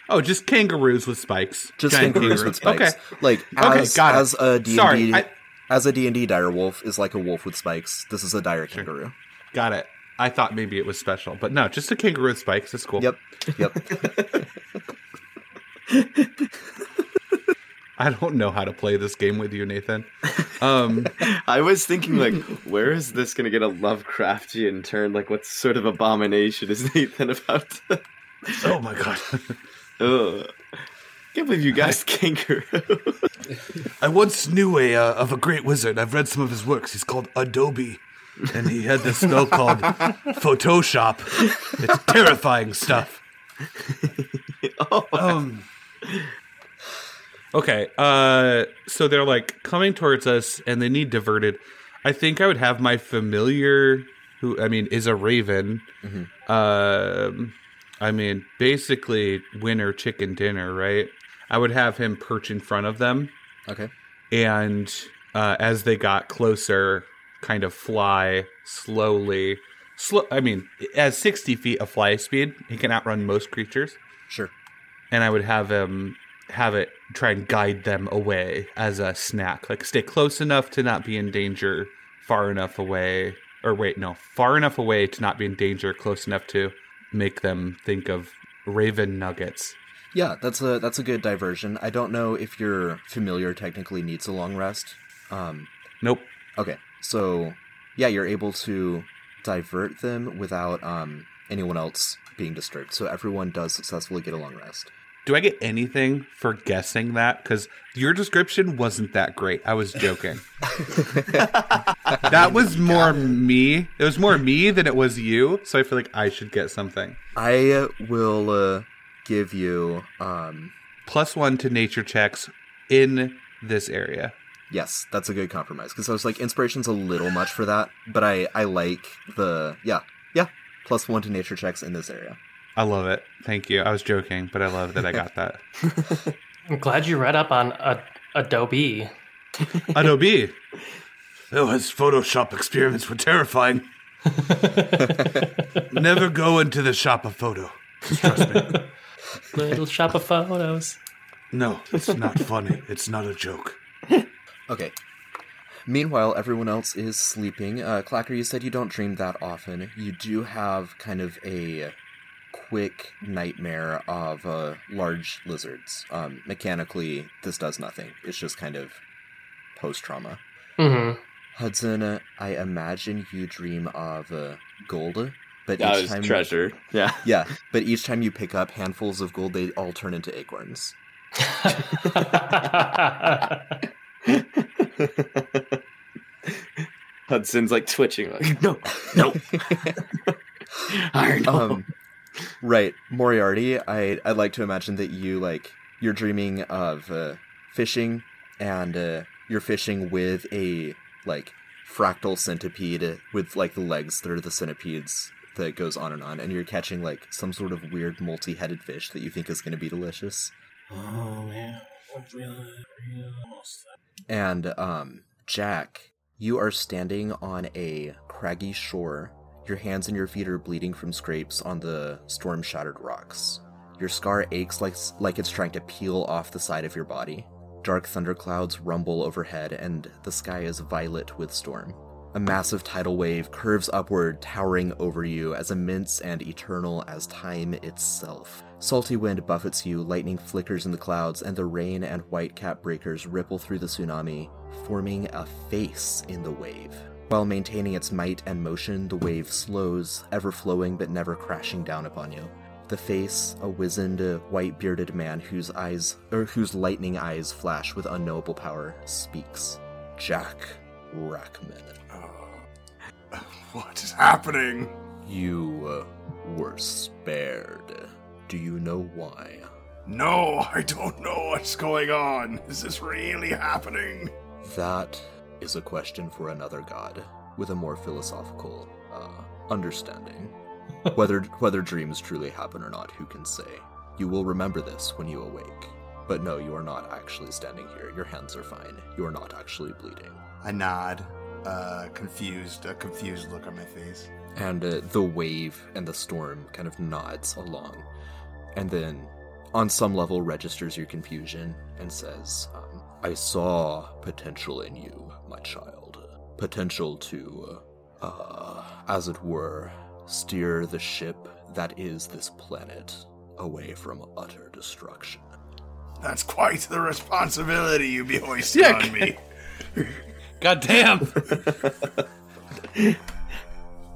[SPEAKER 3] Oh, just kangaroos with spikes.
[SPEAKER 2] Just
[SPEAKER 3] Giant
[SPEAKER 2] kangaroos
[SPEAKER 3] kangaroo.
[SPEAKER 2] with spikes.
[SPEAKER 3] Okay.
[SPEAKER 2] Like
[SPEAKER 3] Okay,
[SPEAKER 2] as
[SPEAKER 3] got it.
[SPEAKER 2] as a D and
[SPEAKER 3] Sorry,
[SPEAKER 2] D
[SPEAKER 3] I-
[SPEAKER 2] as a D and D dire wolf is like a wolf with spikes. This is a dire kangaroo.
[SPEAKER 3] Got it. I thought maybe it was special, but no, just a kangaroo with spikes. That's cool.
[SPEAKER 2] Yep. Yep.
[SPEAKER 3] [laughs] I don't know how to play this game with you,
[SPEAKER 2] [laughs]
[SPEAKER 3] Nathan. Um,
[SPEAKER 6] [laughs] I was thinking, like, where is this going to get a Lovecraftian turn? Like, what sort of abomination is Nathan about to.
[SPEAKER 9] Oh my god.
[SPEAKER 6] [laughs] Ugh. Can't believe you guys kangaroo.
[SPEAKER 9] I once knew a uh, of a great wizard. I've read some of his works. He's called Adobe, and he had this spell called Photoshop. It's terrifying stuff. Um,
[SPEAKER 3] okay, uh, so they're like coming towards us, and they need diverted. I think I would have my familiar who I mean is a raven. Um, I mean, basically winner chicken dinner, right? I would have him perch in front of them,
[SPEAKER 2] Okay.
[SPEAKER 3] and uh, as they got closer, kind of fly slowly. Slow. I mean, as sixty feet of fly speed, he can outrun most creatures
[SPEAKER 2] Sure.
[SPEAKER 3] and I would have him have it try and guide them away as a snack. Like stay close enough to not be in danger, far enough away, or wait, no, far enough away to not be in danger, close enough to make them think of raven nuggets.
[SPEAKER 2] Yeah, that's a that's a good diversion. I don't know if your familiar technically needs a long rest. Um,
[SPEAKER 3] Nope.
[SPEAKER 2] okay, so yeah, you're able to divert them without um, anyone else being disturbed. So everyone does successfully get a long rest.
[SPEAKER 3] Do I get anything for guessing that? Because your description wasn't that great. I was joking. that was more me. It was more me than it was you. So I feel like I should get something.
[SPEAKER 2] I will uh, give you um,
[SPEAKER 3] plus one to nature checks in this area.
[SPEAKER 2] yes, that's a good compromise because I was like inspiration's a little much for that, but I I like the yeah yeah plus one to nature checks in this area.
[SPEAKER 3] I love it. Thank you. I was joking, but I love that I got that.
[SPEAKER 7] I'm glad you read up on a, Adobe.
[SPEAKER 3] Adobe.
[SPEAKER 9] Oh, his Photoshop experiments were terrifying. Never go into the shop of photo.
[SPEAKER 7] Little shop of photos.
[SPEAKER 9] No, it's not funny. It's not a joke.
[SPEAKER 2] Okay. Meanwhile, everyone else is sleeping. Uh, Clacker, you said you don't dream that often. You do have kind of a quick nightmare of uh, large lizards. Um, mechanically, this does nothing. It's just kind of post trauma.
[SPEAKER 7] hmm
[SPEAKER 2] Hudson, uh, I imagine you dream of uh, gold, but
[SPEAKER 6] That
[SPEAKER 2] each
[SPEAKER 6] was
[SPEAKER 2] time
[SPEAKER 6] treasure. Yeah. [laughs]
[SPEAKER 2] yeah, but each time you pick up handfuls of gold, they all turn into acorns.
[SPEAKER 6] Hudson's like twitching,
[SPEAKER 2] [laughs]
[SPEAKER 6] like
[SPEAKER 10] No,
[SPEAKER 6] [laughs]
[SPEAKER 10] no. I know.
[SPEAKER 2] Um, right, Moriarty. I I'd like to imagine that you like you're dreaming of uh, fishing, and uh, you're fishing with a like fractal centipede with like the legs that are the centipedes that goes on and on, and you're catching like some sort of weird multi-headed fish that you think is going to be delicious.
[SPEAKER 5] Oh man.
[SPEAKER 2] And um, Jack, you are standing on a craggy shore. Your hands and your feet are bleeding from scrapes on the storm shattered rocks. Your scar aches like, like it's trying to peel off the side of your body. Dark thunderclouds rumble overhead, and the sky is violet with storm. A massive tidal wave curves upward, towering over you, as immense and eternal as time itself. Salty wind buffets you, lightning flickers in the clouds, and the rain and white cap breakers ripple through the tsunami, forming a face in the wave. While maintaining its might and motion, the wave slows, ever flowing but never crashing down upon you. The face, a wizened, uh, white-bearded man whose eyes, or whose lightning eyes flash with unknowable power, speaks. Jack Rackman.
[SPEAKER 4] What is happening?
[SPEAKER 2] You uh, were spared. Do you know why?
[SPEAKER 4] No, I don't know what's going on. Is this really happening?
[SPEAKER 2] That is a question for another god with a more philosophical uh, understanding. whether whether dreams truly happen or not, who can say? You will remember this when you awake. But no, you are not actually standing here. Your hands are fine. You are not actually bleeding.
[SPEAKER 4] I nod, uh, confused, a confused look on my face.
[SPEAKER 2] and uh, the wave and the storm kind of nods along and then on some level registers your confusion and says um, i saw potential in you my child potential to uh, as it were steer the ship that is this planet away from utter destruction
[SPEAKER 4] That's quite the responsibility you be hoisting on me.
[SPEAKER 9] God damn!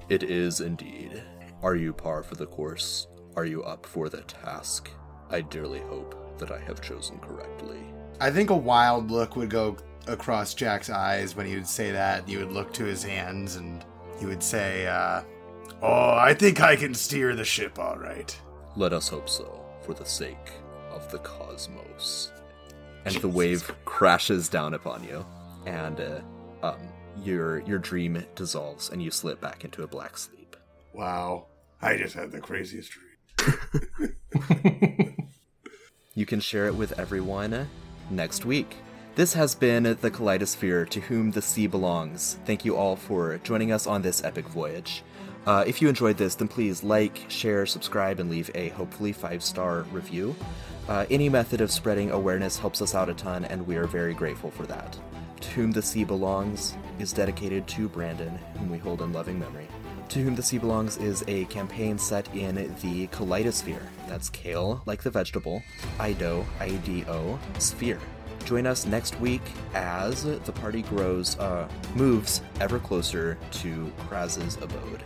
[SPEAKER 2] it is indeed are you par for the course are you up for the task i dearly hope that i have chosen correctly
[SPEAKER 4] [laughs] I think a wild look would go across Jack's eyes when he would say that. He would look to his hands and he would say, uh, Oh, I think I can steer the ship all right.
[SPEAKER 2] Let us hope so, for the sake of the cosmos. And the wave crashes down upon you, and uh, um, your your dream dissolves and you slip back into a black sleep.
[SPEAKER 12] Wow. I just had the craziest dream.
[SPEAKER 2] You can share it with everyone next week. This has been The Kaleidosphere to whom the sea belongs. Thank you all for joining us on this epic voyage. Uh, if you enjoyed this, then please like, share, subscribe, and leave a hopefully five star review. Uh, any method of spreading awareness helps us out a ton, and we are very grateful for that. To Whom the Sea Belongs is dedicated to Brandon, whom we hold in loving memory. To Whom the Sea Belongs is a campaign set in the Kaleidosphere. That's kale, like the vegetable, Ido, I-D-O, sphere. Join us next week as the party grows, uh, moves ever closer to Kraz's abode.